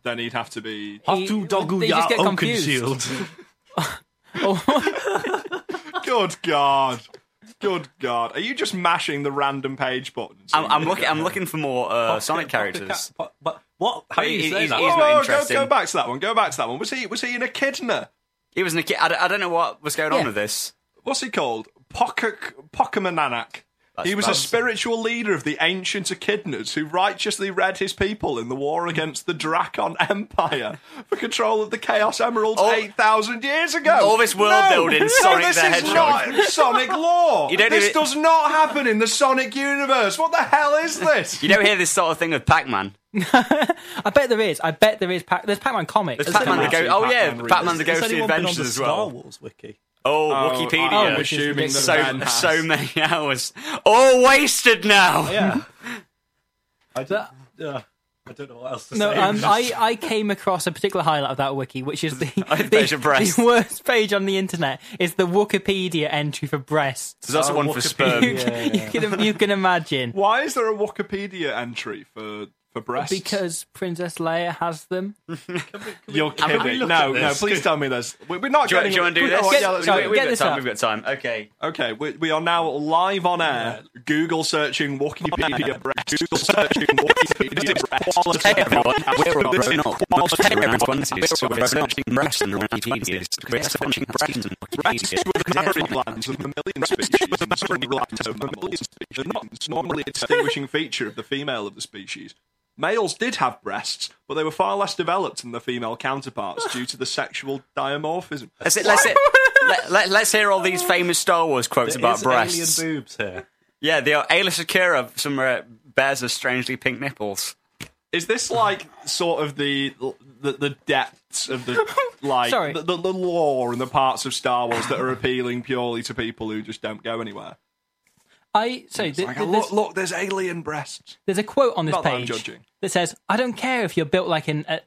Then he'd have to be. He- they just get confused. Oh. Good God. Good God. Are you just mashing the random page button? I'm, I'm looking. I'm looking for more uh, Sonic characters. But, but what? How are you He- saying he's- that? he's Oh, not oh, go, interesting. go back to that one. Go back to that one. Was he was he an echidna? He was an. echid- I don't, I don't know what was going on Yeah. with this. What's he called? Pokok Pokamananak. He was a that's- spiritual leader of the ancient echidnas who righteously led his people in the war against the Drakon Empire for control of the Chaos Emeralds All- 8,000 years ago. Oh. all this world no, building, no, Sonic this the is Hedgehog. not Sonic lore. You don't this even- does not happen in the Sonic universe. What the hell is this? You don't hear this sort of thing with Pac-Man. I bet there is. I bet there is. Pac- There's Pac-Man comics. There's Pac-Man the anyone Ghost. seen Oh yeah, Pac-Man really? Pac-Man the Has Ghost Has anyone been on Adventures the as Star well. Wiki? Wiki? Oh, Oh, Wikipedia. I'm which is assuming that ridiculous. Ben so has. so many hours all wasted now Yeah. I don't. Uh, I don't know what else to No, say. um, I, I came across a particular highlight of that wiki, which is the, I the, bet you're breast. the worst page on the internet. Is the Wikipedia entry for breasts. there's also Oh, one for Wikipedia. sperm You, can, you can imagine. Why is there a Wikipedia entry for for breasts? because Princess Leia has them. You're we kidding. look No, no, at this? please tell me this. We- We're not Do you, getting. do you want to do we- oh, this? yeah, Get- let's do sorry, we, it. we've get got this time. up. We've got time. Okay. Okay, we, we are now live on air. Google searching Wikipedia breasts. Google searching Wikipedia breasts. Hey everyone, we're This Robin is Up. Most everyone is so we're searching breasts on Wikipedia. We're searching breasts on breasts Wikipedia. with married glands and mammalian species and some glands of mammalian species are not normally a distinguishing feature of the female of the species. Males did have breasts, but they were far less developed than their female counterparts due to the sexual dimorphism. Let's let's let, let, let's hear all these famous Star Wars quotes about Is breasts. Alien boobs here. Yeah, they are Ayla Sakura. Some uh, bears with strangely pink nipples. Is this like sort of the the, the depths of the like Sorry. The, the, the lore and the parts of Star Wars that are appealing purely to people who just don't go anywhere? I so th- Like, th- look, there's, look, there's alien breasts. there's a quote on this Not that I'm page judging. that says, "I don't care if you're built like an." Uh,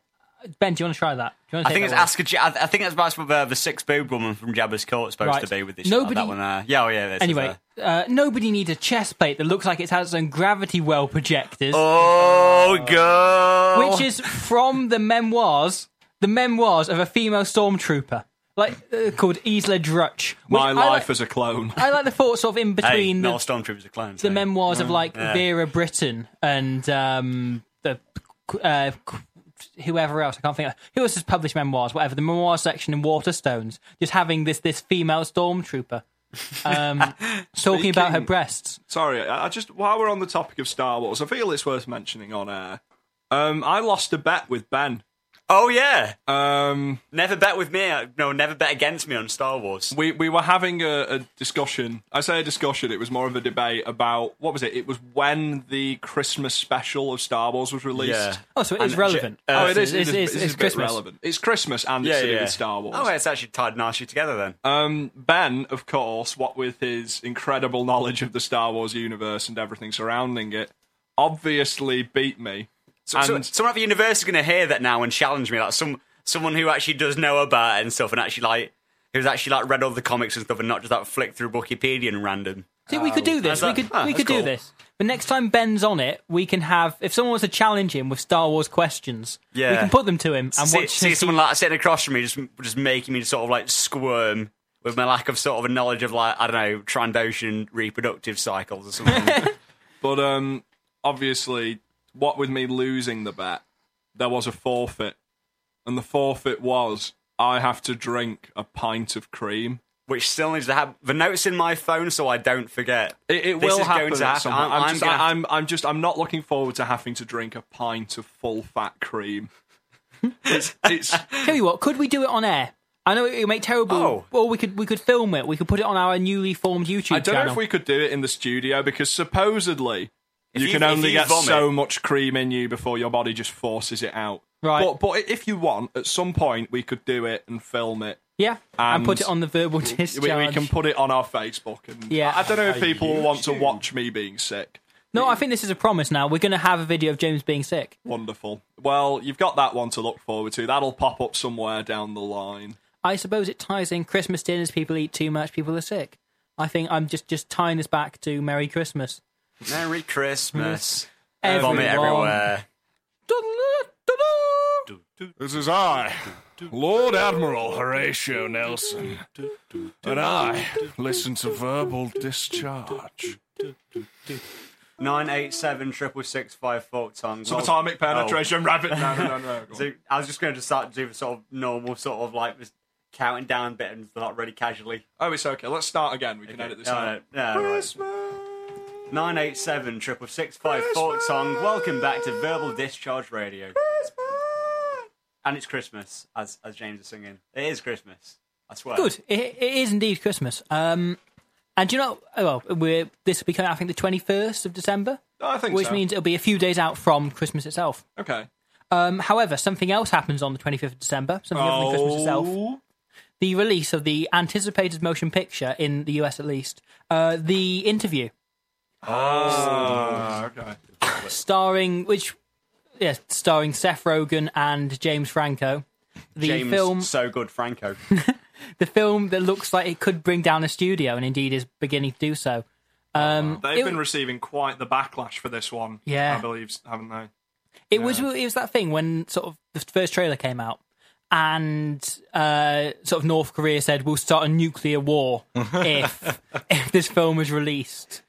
ben, do you want to try that? Do you want to I think it's Asker. J- I I think that's about what the, the six boob woman from Jabba's court supposed Right. to be with this. Nobody- that one. Uh, yeah, oh yeah. This is, uh, Anyway, uh, nobody needs a chest plate that looks like it has its own gravity well projectors, Oh, go. which is from the memoirs, the memoirs of a female stormtrooper, like uh, called Isla Drutch. which My I life like, as a clone. I like the thought sort of in hey, between not all the, stormtroopers are clones. the hey. memoirs of like Vera Britton and um, the uh, whoever else I can't think of who else has published memoirs, whatever the memoir section in Waterstones, just having this this female stormtrooper um, talking about her Speaking- breasts. Sorry, I I just while we're on the topic of Star Wars, I feel it's worth mentioning on air. Um, I lost a bet with Ben. Oh yeah. Um, Never bet with me. uh, No, never bet against me on Star Wars. we we were having a, a discussion. I say a discussion; it was more of a debate about what was it? It was when the Christmas special of Star Wars was released. Yeah. Oh, so it is And- relevant. uh, Oh, it is. It's, It is, it is a bit Christmas. relevant. It's Christmas and it's Yeah, to do yeah. with Star Wars. Oh, it's actually tied nicely together then. Um, ben, of course, what with his incredible knowledge of the Star Wars universe and everything surrounding it, obviously beat me. So, so, and- someone at the university going to hear that now and challenge me, like some someone who actually does know about it and stuff, and actually like who's actually like read all the comics and stuff, and not just like flick through Wikipedia and random. See, we could Um, do this. that's We that- could ah, we that's could do cool. this. But next time Ben's on it, we can have if someone wants to challenge him with Star Wars questions, we Yeah. can put them to him and see, watch. see his- someone like sitting across from me, just just making me sort of like squirm with my lack of sort of a knowledge of like I don't know Trandoshan reproductive cycles or something. But um, obviously, what with me losing the bet, there was a forfeit, and the forfeit was I have to drink a pint of cream. which still needs to have the notes in my phone so I don't forget. It, it This will is happen. going to at happen. some I'm- point. I'm, I'm just, gonna- I'm, I'm just, I'm not looking forward to having to drink a pint of full fat cream. It's, it's Tell you what, could we do it on air? I know it would make terrible. Oh. Or we could we could film it. We could put it on our newly formed YouTube I don't channel. know if we could do it in the studio because supposedly you, you- can if only you get vomit- so much cream in you before your body just forces it out. Right. But, but if you want, at some point we could do it and film it. yeah, and And put it on the verbal We, we discharge. can put it on our Facebook. And Yeah. I don't know if people will want to watch me being sick. no, I think this is a promise. Now we're going to have a video of James being sick. Wonderful. Well, you've got that one to look forward to. That'll pop up somewhere down the line. I suppose it ties in Christmas dinners. People eat too much. People are sick. I think I'm just just tying this back to Merry Christmas. Merry Christmas. Everyone. Vomit everywhere. This is I, Lord Admiral Horatio Nelson, and I listen to verbal discharge. 987 triple six five four tongues. Subatomic penetration, rabbit. No, no, no, no. Go on. So I was just going to start doing the sort of normal, sort of like just counting down bit and not really casually. uh, oh, it's okay. Let's start again. We can edit this out. Nine eight seven triple six five four song. Welcome back to Verbal Discharge Radio. And it's Christmas, as as James is singing. It is Christmas. I swear. Good. It, it is indeed Christmas. Um, and do you know? oh, Well, we're this will be coming. out, I think the twenty first of December, I think which so. means it'll be a few days out from Christmas itself. Okay. Um, however, something else happens on the twenty fifth of December. Something other than Oh. Christmas itself. The release of the anticipated motion picture in the US, at least. Uh, the interview, Ah, okay. starring which, yes, starring Seth Rogen and James Franco. The James, film, so good, Franco. the film that looks like it could bring down a studio, and indeed is beginning to do so. Um, They've it- been receiving quite the backlash for this one. Yeah. I believe, haven't they? It was it was that thing when sort of the first trailer came out, and uh, sort of North Korea said we'll start a nuclear war if if this film is released.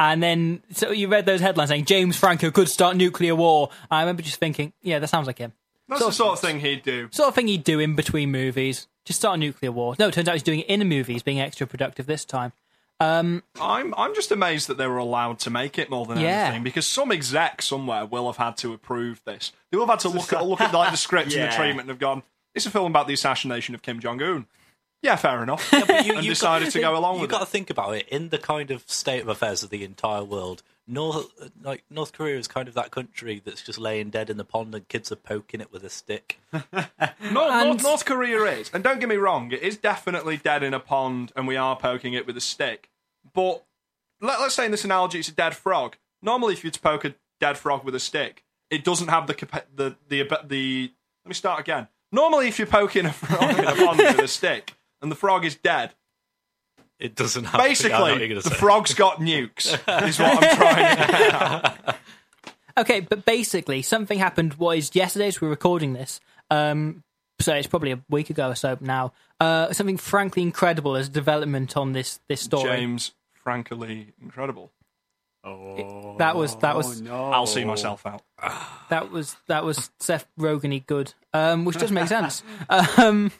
And then so you read those headlines saying James Franco could start nuclear war. I remember just thinking, yeah, that sounds like him. That's the sort of thing he'd do. Sort of thing he'd do in between movies. Just start a nuclear war. No, it turns out he's doing it in a movie. He's being extra productive this time. I'm I'm just amazed that they were allowed to make it more than Yeah. anything because some exec somewhere will have had to approve this. They will have had to look at look at like the script and the Yeah. treatment and have gone. It's a film about the assassination of Kim Jong Un. Yeah, fair enough. you, and you've decided got- to go along You've with got it. to think about it in the kind of state of affairs of the entire world. North, like North Korea, is kind of that country that's just laying dead in the pond, and kids are poking it with a stick. North, And- North, North Korea is, and don't get me wrong, it is definitely dead in a pond, and we are poking it with a stick. But let, let's say in this analogy, it's a dead frog. Normally, if you were to poke a dead frog with a stick, it doesn't have the capa- the the ab- the. Let me start again. Normally, if you're poking a frog in a pond with a stick, and the frog is dead, It doesn't happen. I know what basically you're the gonna say. frog's got nukes. Is what I'm trying. to get. Okay, but basically, something happened. What is yesterday? As we're recording this, um, so it's probably a week ago or so now. Uh, something frankly incredible as development on this this story. James, frankly, incredible. That was that Oh, was I'll see myself out. that was that was Seth Rogeny good, um, which does make sense. Um,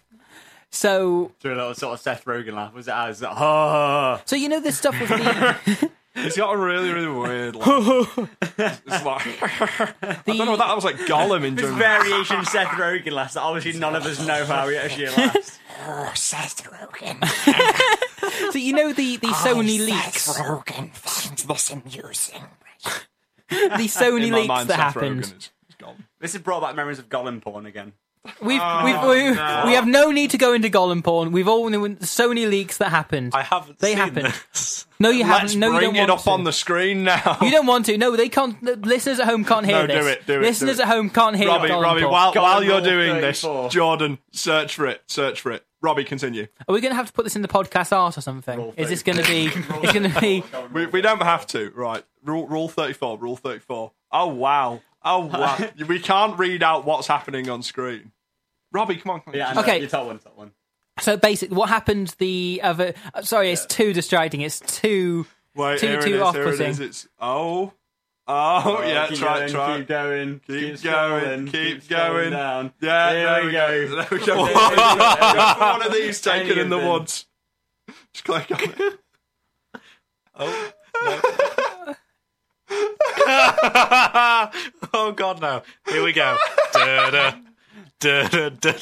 so Through a little sort of Seth Rogen laugh. Was it as, oh, so you know this stuff with the, It's got a really, really weird. Like, it's like. the I don't know that. I was like Gollum in this Jungle. variation of Seth Rogen laughs that obviously none of us know how he actually laughs. so you know the Oh, the Sony leaks, the Sony In my leaks mind, that Seth happened. Rogen is, is Gollum. This has brought back memories of Gollum porn again. We've, Oh, we've, we we have no need to go into Gollum porn. We've all known the Sony leaks that happened. I haven't. They seen happened. this. no, you Let's haven't. No, you bring don't it want up to. on the screen now. You don't want to. No, they can't. the listeners at home can't hear No, do this. it, do it, do listeners it. at home can't hear Robbie, Gollum Robbie, porn. while, while you're Gollum doing Rule this, 34. Jordan, search for it. Search for it. Robbie, continue. Are we going to have to put this in the podcast art or something? Is this going to be? it's going to be. We, we don't have to. Right. Rule, rule 34. Rule 34. Oh, wow. Oh, wow. we can't read out what's happening on screen. Robbie, come on. Come on. Yeah, I know. Okay. You top one, top one. So basically, what happened? The other. uh, Sorry, it's too distracting. It's too. Wait, Two- here it is. two Here it off-putting. is. It's, oh. Oh, yeah. keep Try, going, try. Keep going. Keep scrolling, going, keep scrolling going. Down. Yeah, There there we we go. There we go. one of these taken Any in of the them. woods. Just click on it. Oh, no. oh God, no! Here we go. Da-da, da-da, da-da.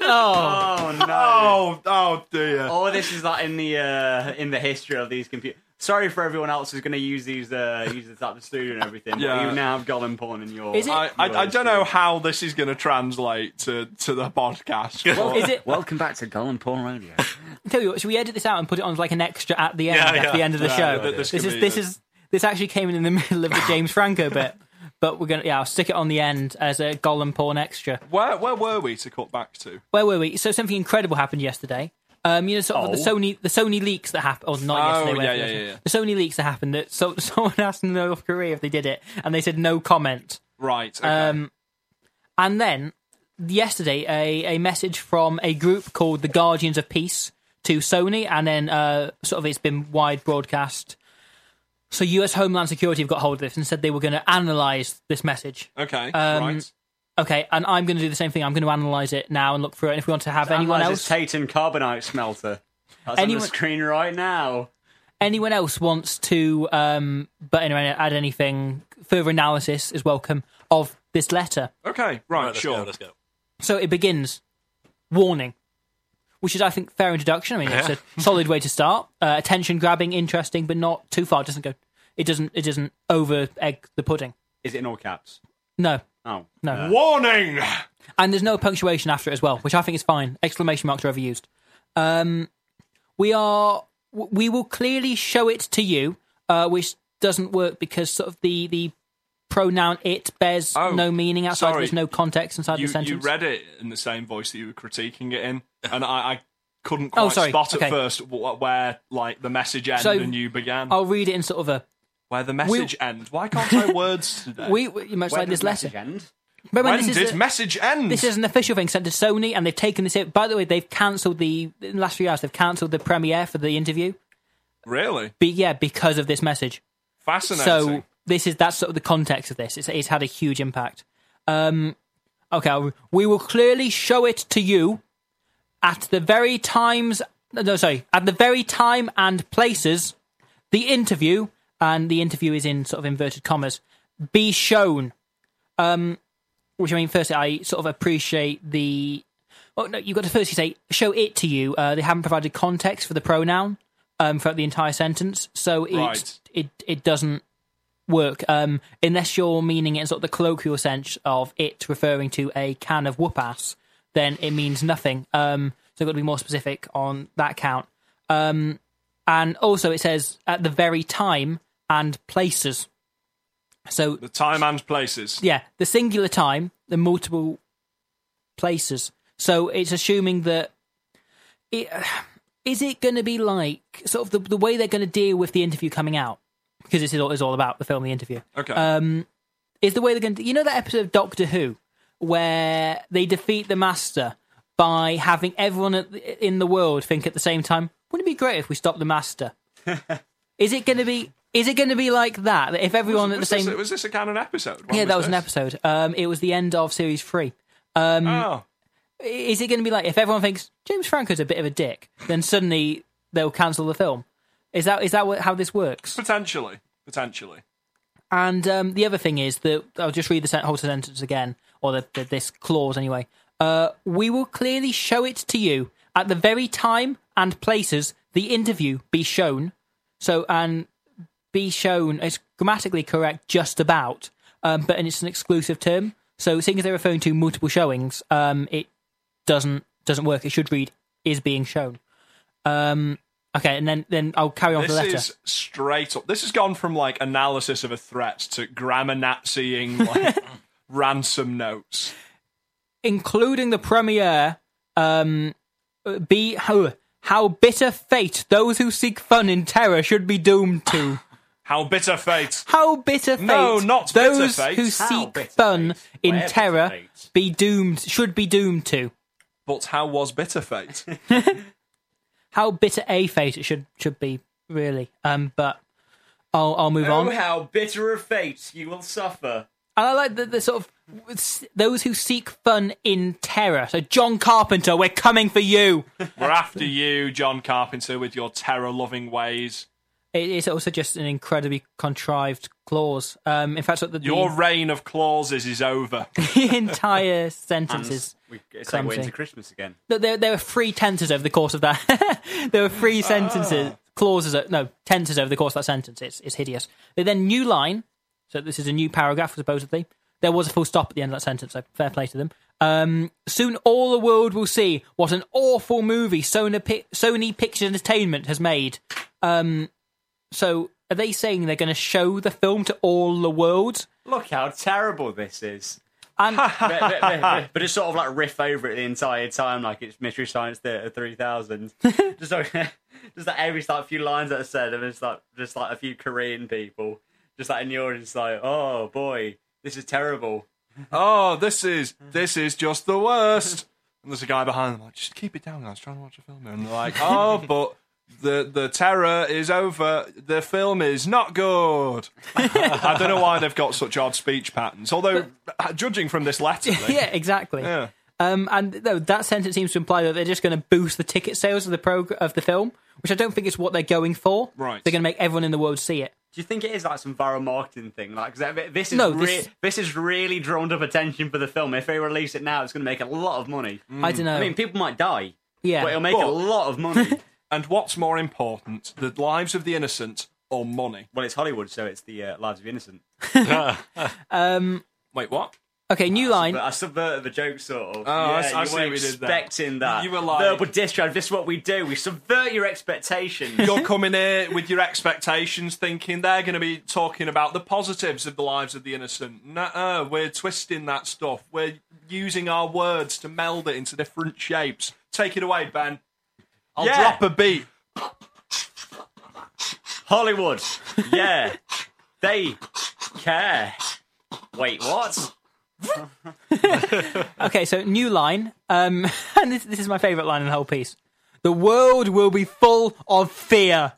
Oh, Oh no! Oh, oh dear. All this is like in the uh, in the history of these computers. Sorry for everyone else who's going to use these uh, use this at the studio and everything. Yeah. But you now have Gollum porn in your. Is it- I, I, I don't know how this is going to translate to, to the podcast. but- is it? Welcome back to Gollum Porn Radio. Tell you what, should we edit this out and put it on as like an extra at the end, Yeah, at yeah. the end of the Yeah, show? yeah, yeah. this This is could be this the- is this actually came in in the middle of the James Franco bit, but we're gonna yeah, I'll stick it on the end as a Gollum porn extra. Where where were we to cut back to? Where were we? So something incredible happened yesterday. Um, you know, sort of the Oh. Sony the Sony leaks that happened. Oh, Oh, not yesterday. yeah, whatever yeah, it was. yeah, yeah. The Sony leaks that happened. That so, someone asked North Korea if they did it, and they said no comment. Right. Okay. Um, and then yesterday, a, a message from a group called the Guardians of Peace to Sony, and then uh, sort of it's been wide broadcast. So U.S. Homeland Security have got hold of this and said they were going to analyze this message. okay. um, right. Okay, and I'm going to do the same thing. I'm going to analyze it now and look through it. And if we want to have anyone Analyze else, Titan carbonite smelter. That's Anyone- on the screen right now. anyone else wants to, um, but anyway, add anything further analysis is welcome of this letter. Okay. Right. Right, let's sure. go, let's go. So it begins warning, which is, I think, fair introduction. I mean, it's a solid way to start. Uh, attention grabbing, interesting, but not too far. It doesn't go. It doesn't. It doesn't over egg the pudding. Is it in all caps? No, Oh No. Warning. and there's no punctuation after it as well, which I think is fine. Exclamation marks are overused. Um, we are. w- We will clearly show it to you, uh, which doesn't work because sort of the the pronoun it bears Oh, no meaning outside. sorry. There's no context inside You the you sentence. read it in the same voice that you were critiquing it in, and I. I couldn't quite Oh, sorry, spot okay. at first wh- where like the message ended So- oh, and you began. I'll read it in sort of a where the message ends. Why can't I words today? we, we much Uh, Where like does this letter. message end? Remember, When this is did a- message end? This is an official thing sent to Sony, and they've taken this. out. By the way, they've cancelled the in the last few hours. They've cancelled the premiere for the interview. really But yeah, because of this message. fascinating. So this is that's sort of the context of this. It's, it's had a huge impact. Um, okay, I'll- we will clearly show it to you at the very times. No, sorry, at the very time and places the interview, and the interview is in sort of inverted commas, be shown. Um, which I mean, firstly, I sort of appreciate the. Well, no, you've got to firstly say show it to you. Uh, they haven't provided context for the pronoun um, throughout the entire sentence, so it Right. it it doesn't work um, unless you're meaning it in sort of the colloquial sense of it referring to a can of whoop ass. Then it means nothing. Um, so I've got to be more specific on that count. Um, and also, it says at the very time and places. So the time and places. yeah, the singular time, the multiple places. So it's assuming that it is it going to be like sort of the, the way they're going to deal with the interview coming out because this is all, is all about the film, the interview. Okay. Um, is the way they're going to you know that episode of Doctor Who where they defeat the master by having everyone at the- in the world think at the same time, wouldn't it be great if we stopped the master? is it going to be? Is it going to be like that? That if everyone at was, the same this, was this a canon episode? When yeah, that was an um, this? episode. Um, it was the end of series three. Oh, Is it going to be like if everyone thinks James Franco's a bit of a dick, then suddenly they'll cancel the film? Is that is that what, how this works? potentially, potentially. And um, the other thing is that I'll just read the sen- whole sentence again, or the, the, this clause anyway. Uh, we will clearly show it to you at the very time and places the interview be shown. So and be shown is grammatically correct, just about, um, but and it's an exclusive term. So seeing as they're referring to multiple showings, um, it doesn't doesn't work. It should read is being shown. Um, okay, and then then I'll carry on with This the letter. is straight up. This has gone from like analysis of a threat to grammar Naziing like ransom notes. including the premiere, um, be how, how bitter fate those who seek fun in terror should be doomed to. How bitter fate! How bitter fate No, not bitter those fate. who How seek bitter fun fate? in Where bitter terror fate? be doomed should be doomed to. But how was bitter fate? How bitter a fate it should should be really. Um, but I'll I'll move on. Oh, how bitter a fate you will suffer. And I like the, the sort of those who seek fun in terror. So John Carpenter, we're coming for you. We're after you, John Carpenter, with your terror-loving ways. It- It's also just an incredibly contrived clause. Um, in fact, what the, the- Your reign of clauses is over. the entire sentences. We it's like Clumsy. we're into Christmas again. No, There, there were three tenses over the course of that. there were three sentences, clauses, o- no, tenses over the course of that sentence. It's, it's hideous. They then new line. So this is a new paragraph, supposedly. There was a full stop at the end of that sentence, so fair play to them. Um, soon all the world will see what an awful movie Sony, Pi- Sony Pictures Entertainment has made. Um, so are they saying they're going to show the film to all the world? Look how terrible this is. And but, but- but- but it's sort of like riff over it the entire time, like it's Mystery Science Theater 3000. just like, just like every like, few lines that are said, and it's like just like a few Korean people, just like in the audience, like, oh boy, this is terrible. oh, this is this is just the worst. And there's a guy behind them like, just keep it down, guys. Trying to watch a film here, and they're like, oh, but the the terror is over. The film is not good. I don't know why they've got such odd speech patterns. Although, uh, judging from this letter, they- yeah, exactly. Yeah. Um, and no, that sentence seems to imply that they're just going to boost the ticket sales of the prog- of the film, which I don't think is what they're going for. Right. They're going to make everyone in the world see it. Do you think it is like some viral marketing thing? Like, 'cause that- this is No, rea- this- this... is really drawn up attention for the film. If they release it now, it's going to make a lot of money. I don't know. Mm. I mean, people might die, Mm. yeah. but it'll make But- a lot of money. and what's more important, the lives of the innocent or money? well, it's Hollywood, so it's the uh, Lives of Innocent. Wait, what? okay, new line. But I subverted the joke, sort of. Oh, I s- yeah, I you see weren't we did that. expecting that. You were like- Verbal discharge, this is what we do. We subvert your expectations. You're coming here with your expectations, thinking they're going to be talking about the positives of the lives of the innocent. Nuh-uh, we're twisting that stuff. We're using our words to meld it into different shapes. Take it away, Ben. I'll drop a beat. Hollywood. Yeah. they care. Wait, what? Okay, so new line, um, and this, this is my favourite line in the whole piece. The world will be full of fear.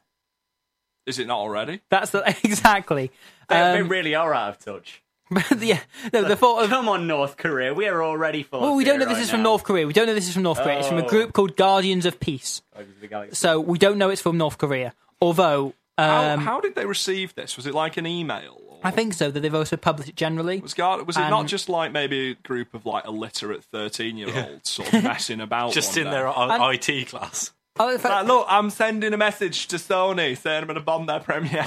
Is it not already? That's the, exactly. they Um, really are out of touch. but yeah, no, the thought of Come on, North Korea. We are already full. well, we don't know this is from North Korea. We don't know this is from North Korea. It's from a Oh. group called Guardians of Peace. Korea. So we don't know it's from North Korea. Although How, um, how did they receive this? Was it like an email? Or I think so that they've also published it generally. was, Gar- was it Um, not just like maybe a group of like illiterate thirteen-year-olds sort of messing about? Just one in day? their I- IT class. Oh, in fact, Like, look, I'm sending a message to Sony saying I'm going to bomb their premiere.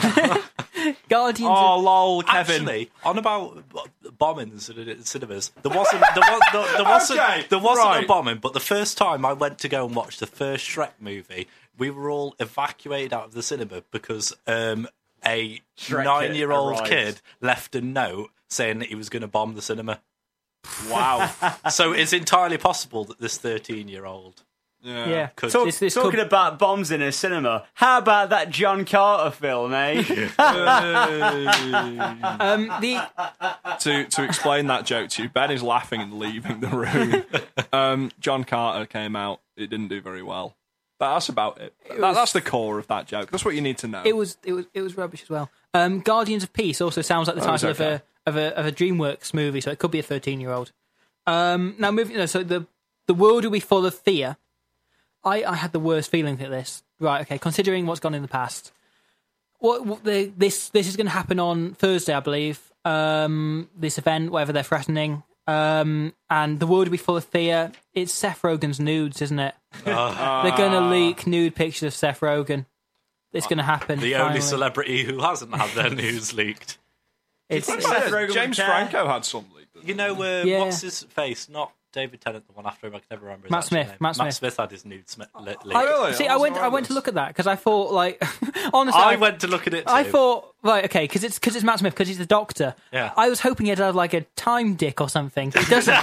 Guardians. oh, of, lol, Kevin. Actually, on about b- bombings in- in cinemas, there wasn't there, was, there, there wasn't Okay, there wasn't right. a bombing. But the first time I went to go and watch the first Shrek movie, we were all evacuated out of the cinema because um, a Shrek nine-year-old arrived. kid left a note saying that he was going to bomb the cinema. Wow. so it's entirely possible that this thirteen-year-old. yeah. Could- Talk, This- this talking could- about bombs in a cinema. How about that John Carter film, eh? Um, the to to explain that joke to you, Ben is laughing and leaving the room. Um, John Carter came out; it didn't do very well. But that's about it. That- was- that's the core of that joke. That's what you need to know. it was it was it was rubbish as well. Um, Guardians of Peace also sounds like the was title okay. of a of a of a DreamWorks movie, so it could be a thirteen year old. Um, now moving, no, so the the world will be full of fear. I I had the worst feeling at this. Right, okay. Considering what's gone in the past, what, what the, this this is going to happen on Thursday, I believe. Um, this event, whatever they're threatening, um, and the world will be full of fear. It's Seth Rogen's nudes, isn't it? Ah. they're going to leak nude pictures of Seth Rogen. It's going to happen. The finally. only celebrity who hasn't had their news leaked. It's, Yeah, Seth Rogen would James care. Franco had some leak. You know, uh, Yeah. what's his face? Not David Tennant, the one after him. I can never remember. His Matt actual Smith, Name. Matt Smith. Smith had his nude Smith. Li- I, leaked. Really? See, I I wasn't went. aware I of went to this. look at that because I thought, like, honestly, I went to look at it. I too. thought, right, okay, because it's because it's Matt Smith because he's the Doctor. Yeah. I was hoping he'd have like a time dick or something. He doesn't.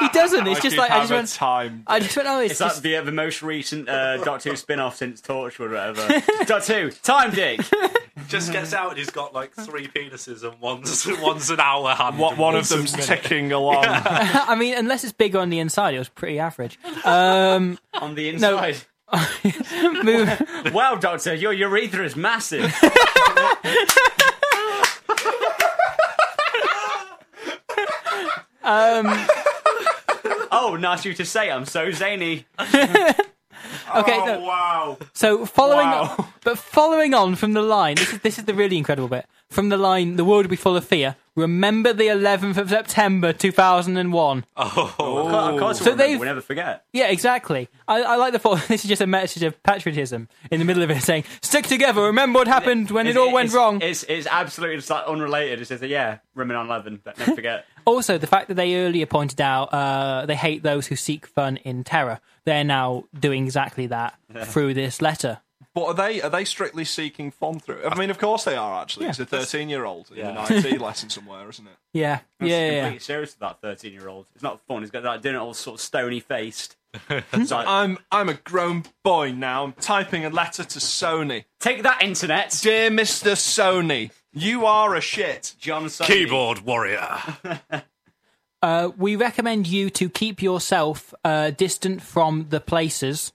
he doesn't. It's just like I have just a went. time. I just went. Oh, it's, Is that just. the, the most recent uh, Doctor Who spin-off since Torchwood or whatever? Doctor Who, Time Dick. just gets out and he's got like three penises and one's one's an hour hand. What and one of a them's minute. ticking along? I mean, unless it's bigger on the inside, it was pretty average. On the No. inside. Move. Wow, Doctor, your urethra is massive. um. Oh, nice of you to say. I'm so zany. Okay. Oh, no. wow. So following, Wow. on, but following on from the line, this is this is the really incredible bit. From the line, the world will be full of fear. Remember the 11th of September 2001. Of course, So we'll, remember, they've- we'll never forget. Yeah, exactly. I, I like the thought. This is just a message of patriotism in the middle of it, saying "Stick together. Remember what happened when it It's- all went it's- wrong." It's it's absolutely just like unrelated. It's just that, yeah, Roman on eleven. But never forget. Also, the fact that they earlier pointed out uh, they hate those who seek fun in terror. They're now doing exactly that through this letter. But are they are they strictly seeking fun through? I mean, of course they are. Actually, it's a thirteen-year-old in an IT lesson somewhere, isn't it? Yeah, yeah, yeah, yeah. Complete serious with that thirteen-year-old. It's not fun. He's got that doing it all sort of stony-faced. It's like, I'm Um, I'm a grown boy now. I'm typing a letter to Sony. Take that, internet. Dear Mr. Sony, you are a shit. John Sony. Keyboard warrior. Uh, we recommend you to keep yourself uh, distant from the places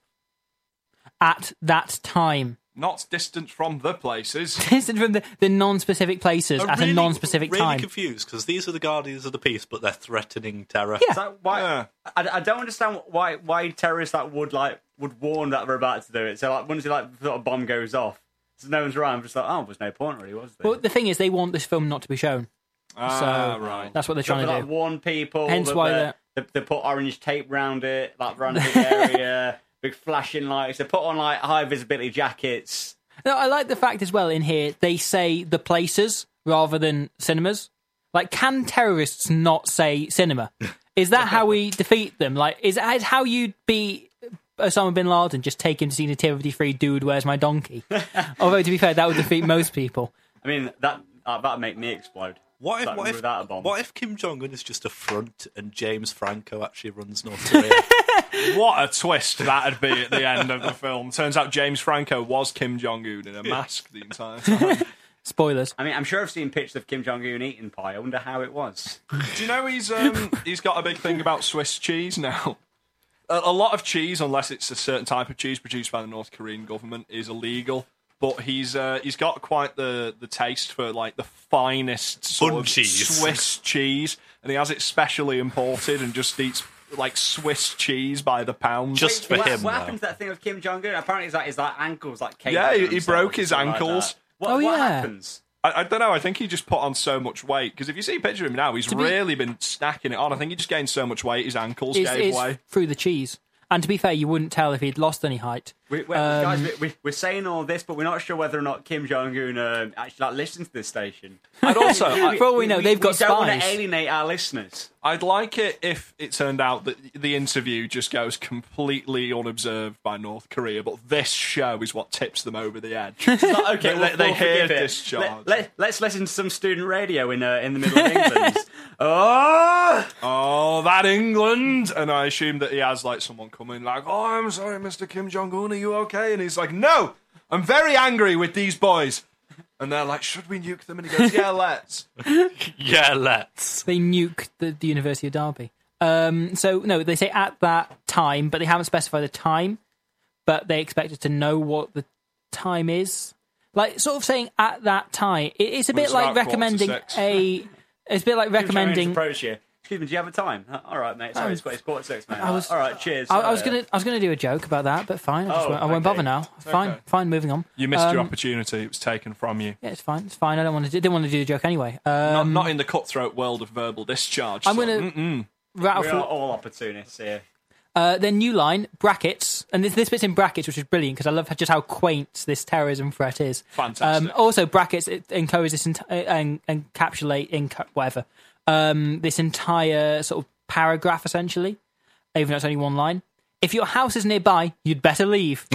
at that time. Not distant from the places. Distant from the, the non-specific places I'm at a non-specific really time. confused because these are the guardians of the peace, but they're threatening terror. Yeah. Is that why? Yeah. I, I don't understand why why terrorists like would like would warn that they're about to do it. So like once like sort of bomb goes off, so no one's around. I'm just like, oh, there's no point really, was there? But the thing is, they want this film not to be shown. Ah, So right. that's what they're So they, trying to like do. warn people. Hence that why they, they, they put orange tape round it, like round the area, big flashing lights. They put on like high visibility jackets. No, I like the fact as well in here they say the places rather than cinemas. Like, can terrorists not say cinema? Is that how we defeat them? Like, is that is how you'd be Osama bin Laden? Just take him to see Nativity Free, dude. Where's my donkey? Although to be fair, that would defeat most people. I mean that uh, that'd make me explode. What if, Like, what, if, without a bomb. what if Kim Jong Un is just a front and James Franco actually runs North Korea? What a twist that'd be at the end of the film. Turns out James Franco was Kim Jong Un in a mask the entire time. Spoilers. I mean, I'm sure I've seen pictures of Kim Jong Un eating pie. I wonder how it was. Do you know he's um, he's got a big thing about Swiss cheese now? A, a lot of cheese, unless it's a certain type of cheese produced by the North Korean government, is illegal. But he's uh, he's got quite the, the taste for like the finest sort Bun of cheese. Swiss cheese, and he has it specially imported and just eats like Swiss cheese by the pound. Just for what, him. What though. happened to that thing of Kim Jong Un? Apparently, it's like his like ankles like caved Yeah, he- in on he themselves broke and his stuff like ankles. that. what, Oh, what yeah. happens? I, I don't know. I think he just put on so much weight because if you see a picture of him now, he's be- really been snacking it on. I think he just gained so much weight, his ankles Is, gave is way. through the cheese. And to be fair, you wouldn't tell if he'd lost any height. We, we, guys, Um, we, we, we're saying all this, but we're not sure whether or not Kim Jong Un uh, actually like, listens to this station. And also, I- For all we know, they've we got don't want spies. to alienate our listeners. I'd like it if it turned out that the interview just goes completely unobserved by North Korea, but this show is what tips them over the edge. It's like, okay, They- we'll, they we'll hear forgive it. this charge. Let, us listen to some student radio in uh, in the middle of England. oh, oh, that England! And I assume that he has like someone coming, like, "Oh, I'm sorry, Mr. Kim Jong Un, are you okay?" And he's like, "No, I'm very angry with these boys." And they're like, "Should we nuke them?" And he goes, "Yeah, let's." Yeah, let's. They nuke the, the University of Derby. Um, so, no, they say at that time, but they haven't specified the time, but they expect us to know what the time is. Like, sort of saying at that time. It, it's a bit it's like about quarter to recommending six. a. It's a bit like recommending. Oh, approach you. Excuse me, do you have a time? Uh, All right, mate. Sorry, it's quite it's quarter six, mate. I was- All right, cheers. I, I was Uh, gonna, I was gonna do a joke about that, but fine. I, just Oh, won't, I won't okay. bother now. Fine, Okay. fine. Moving on. You missed your Um, opportunity; it was taken from you. Yeah, it's fine. It's fine. I don't want to. Do, didn't want to do the joke anyway. Um, Not, not in the cutthroat world of verbal discharge. I'm so- gonna We rattle are through all opportunists here. uh, their new line brackets, and this this bit's in brackets, which is brilliant because I love just how quaint this terrorism threat is. Fantastic. Um, also, brackets it encodes this enti- and encapsulate in whatever um, this entire sort of paragraph essentially, even though it's only one line. If your house is nearby, you'd better leave.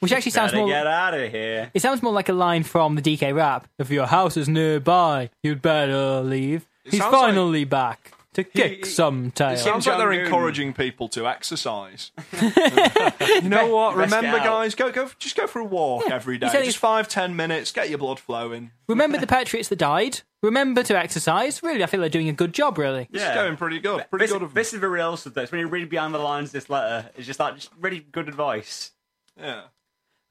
Which actually sounds Better more. get out of here. It sounds more like a line from the DK rap. If your house is nearby, you'd better leave. He's sounds like- finally back to kick some tail. Sounds like they're Jong-un. encouraging people to exercise. you know what? Best get Remember, out. guys, go go just go for a walk every day. said he's- Just five ten minutes. Get your blood flowing. Remember the patriots that died. Remember to exercise. Really, I feel they're doing a good job. Really, It's going pretty good. Pretty this, good of them. this is the real stuff. Though. It's when you read behind the lines, this letter it's just like just really good advice. yeah.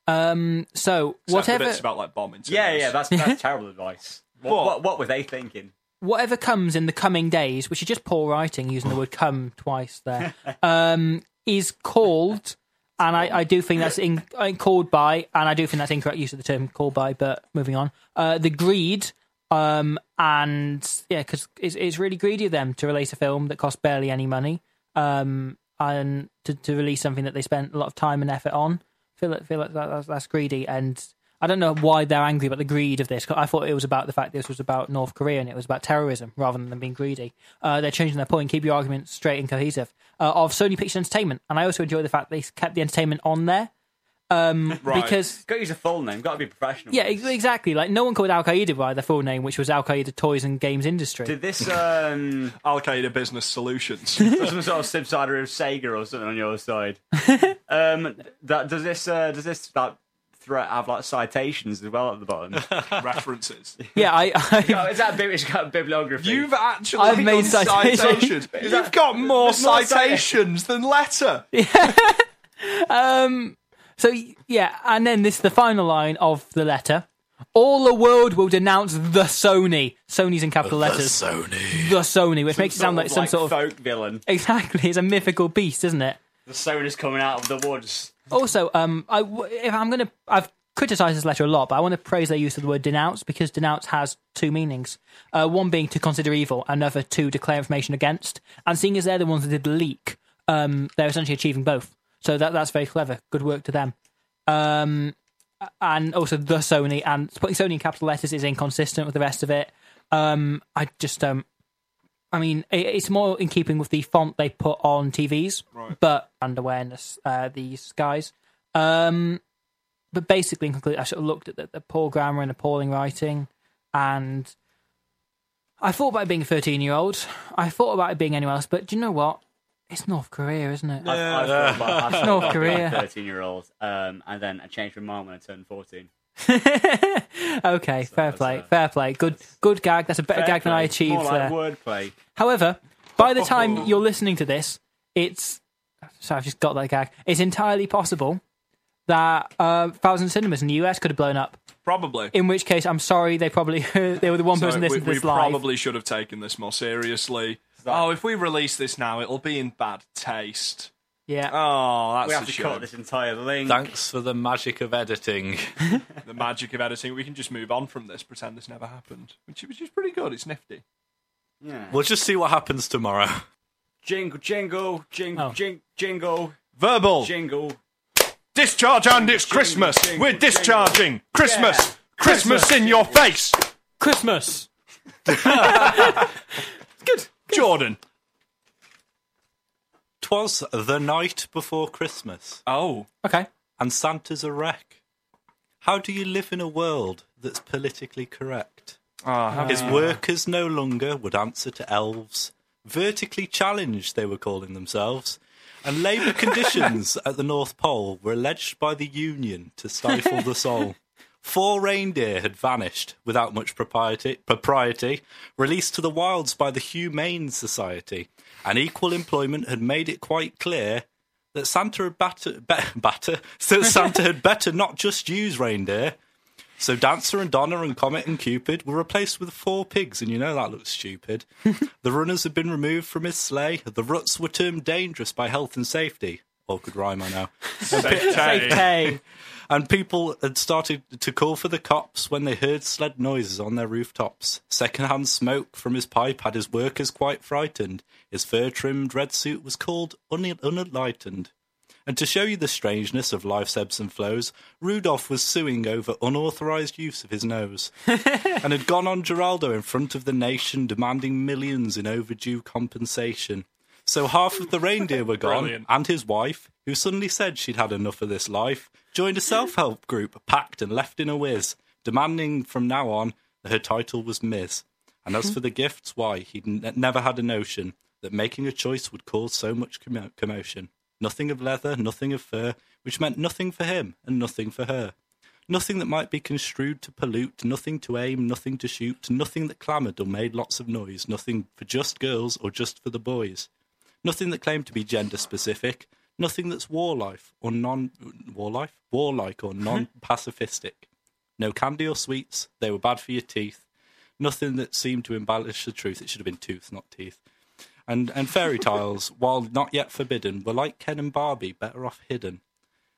Um. So Except the whatever bits about like bombing. Yeah, teams. yeah, that's that's terrible advice. What, What? what? What, were they thinking? whatever comes in the coming days, which is just poor writing using the word "come" twice there, um, is called, and I, I do think that's in, uh, called by, and I do think that's incorrect use of the term "called by." But moving on, uh, the greed, um, and yeah, because it's, it's really greedy of them to release a film that cost barely any money, um, and to, to release something that they spent a lot of time and effort on. Feel like, feel like that, that's, that's greedy and. I don't know why they're angry about the greed of this. I thought it was about the fact this was about North Korea and it was about terrorism rather than them being greedy. Uh, they're changing their point. Keep your argument straight and cohesive. Uh, of Sony Pictures Entertainment, and I also enjoy the fact they kept the entertainment on there um, Right. because Got to use a full name. Got to be professional. yeah, ex- exactly. Like no one called Al Qaeda by their full name, which was Al Qaeda Toys and Games Industry. Did this um Al Qaeda Business Solutions. some sort of subsidiary of Sega or something on your side? um, that does this uh, does this that threat have like citations as well at the bottom? references. yeah, I, I oh, is that bib- it's got a bibliography? You've actually I've made done citations. citations. You've got more There's more citations than letter. so yeah, and then this the final line of the letter. All the world will denounce the Sony. Sony's in capital letters. Sony. The Sony, which makes it sound like of, some sort of folk villain. Exactly, it's a mythical beast, isn't it? The sona's coming out of the woods. Also, um, I w if I'm gonna, I've criticised this letter a lot, but I want to praise their use of the word denounce because denounce has two meanings. Uh, one being to consider evil, another to declare information against. And seeing as they're the ones that did the leak, um, they're essentially achieving both. So that that's very clever. Good work to them. Um, and also the Sony and putting Sony in capital letters is inconsistent with the rest of it. Um, I just um, I mean, it, it's more in keeping with the font they put on TVs, but and awareness uh, these guys. Um, but basically, in conclusion, I sort of looked at the, the poor grammar and appalling writing, and I thought about it being a thirteen-year-old. I thought about it being anyone else, but do you know what? It's North Korea, isn't it? I've, I've thought about, I've thought North about Korea. being a 13 year old, um, and then I changed my mind when I turned 14. okay, fair play, fair play. Good, good gag. That's a better gag than I achieved More there. like wordplay. However, by the time you're listening to this, it's so I've just got that gag. It's entirely possible that uh, Thousand Cinemas in the US could have blown up. Probably. In which case, I'm sorry, they probably they were the one So person we, listening to we this live. probably should have taken this more seriously. Oh, if we release this now, it'll be in bad taste. yeah, Oh, that's We have a to shame. cut this entire link. Thanks for the magic of editing. The magic of editing. We can just move on from this, pretend this never happened, which, which is pretty good. It's nifty. Yeah. We'll just see what happens tomorrow. Jingle, jingle, jingle, Oh. jing, jingle, Verbal. jingle. Discharge and it's Jingle, Christmas. jingle, We're jingle. discharging. Christmas. Yeah. Christmas, in your face. Christmas. Jordan. Twas the night before Christmas, Oh. Okay, and Santa's a wreck. How do you live in a world that's politically correct? His workers no longer would answer to elves. Vertically challenged, they were calling themselves. And labour conditions at the North Pole were alleged by the Union to stifle the soul. Four reindeer had vanished without much propriety, propriety, released to the wilds by the Humane Society, and equal employment had made it quite clear that Santa had batter, be, batter, that Santa had better not just use reindeer, so Dancer and Donna and Comet and Cupid were replaced with four pigs, and you know that looks stupid. the runners had been removed from his sleigh. The ruts were termed dangerous by health and safety. Awkward rhyme, I know. okay. And people had started to call for the cops when they heard sled noises on their rooftops. Secondhand smoke from his pipe had his workers quite frightened. His fur trimmed red suit was called un- unenlightened. And to show you the strangeness of life's ebbs and flows, Rudolph was suing over unauthorized use of his nose and had gone on Geraldo in front of the nation demanding millions in overdue compensation. So half of the reindeer were gone, Brilliant. and his wife, who suddenly said she'd had enough of this life, joined a self help group, packed and left in a whiz, demanding from now on that her title was Miss. And as for the gifts, why, he'd n- never had a notion that making a choice would cause so much commo- commotion. Nothing of leather, nothing of fur, which meant nothing for him and nothing for her. Nothing that might be construed to pollute, nothing to aim, nothing to shoot, nothing that clamoured or made lots of noise, nothing for just girls or just for the boys, nothing that claimed to be gender specific, nothing that's warlife or non warlife, warlike or non pacifistic. No candy or sweets, they were bad for your teeth. Nothing that seemed to embellish the truth. It should have been tooth, not teeth. And and fairy tales, while not yet forbidden, were like Ken and Barbie, better off hidden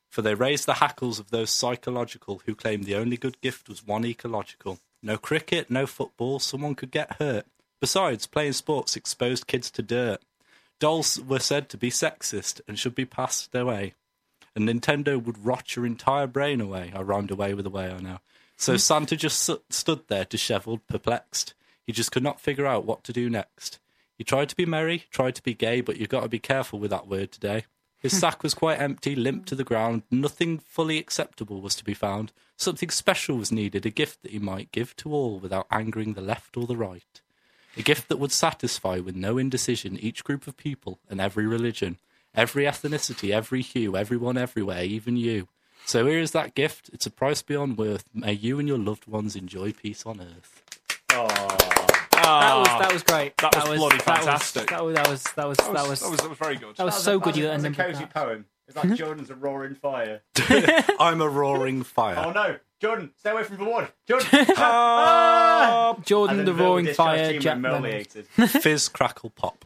for they raise the hackles of those psychological who claim the only good gift was one ecological. No cricket, no football, someone could get hurt. Besides, playing sports exposed kids to dirt. Dolls were said to be sexist and should be passed away. And Nintendo would rot your entire brain away. I rhymed away with away, I know. So Santa just su- stood there, dishevelled, perplexed. He just could not figure out what to do next. He tried to be merry, tried to be gay, but you've got to be careful with that word today. His sack was quite empty, limp to the ground. Nothing fully acceptable was to be found. Something special was needed, a gift that he might give to all without angering the left or the right. A gift that would satisfy with no indecision each group of people and every religion, every ethnicity, every hue, everyone everywhere, even you. So here is that gift. It's a price beyond worth. May you and your loved ones enjoy peace on earth. Oh. That was that was great. That was bloody fantastic. That was that was that was that That was was, that was, that was very good. that was so good. You That's a ended cozy that. Hmm? poem. It's like Jordan's a roaring fire. I'm a roaring fire. Oh no, Jordan, stay away from the wood. Jordan, Jordan the roaring fire. Jack Reynolds. That's Fizz, crackle, pop.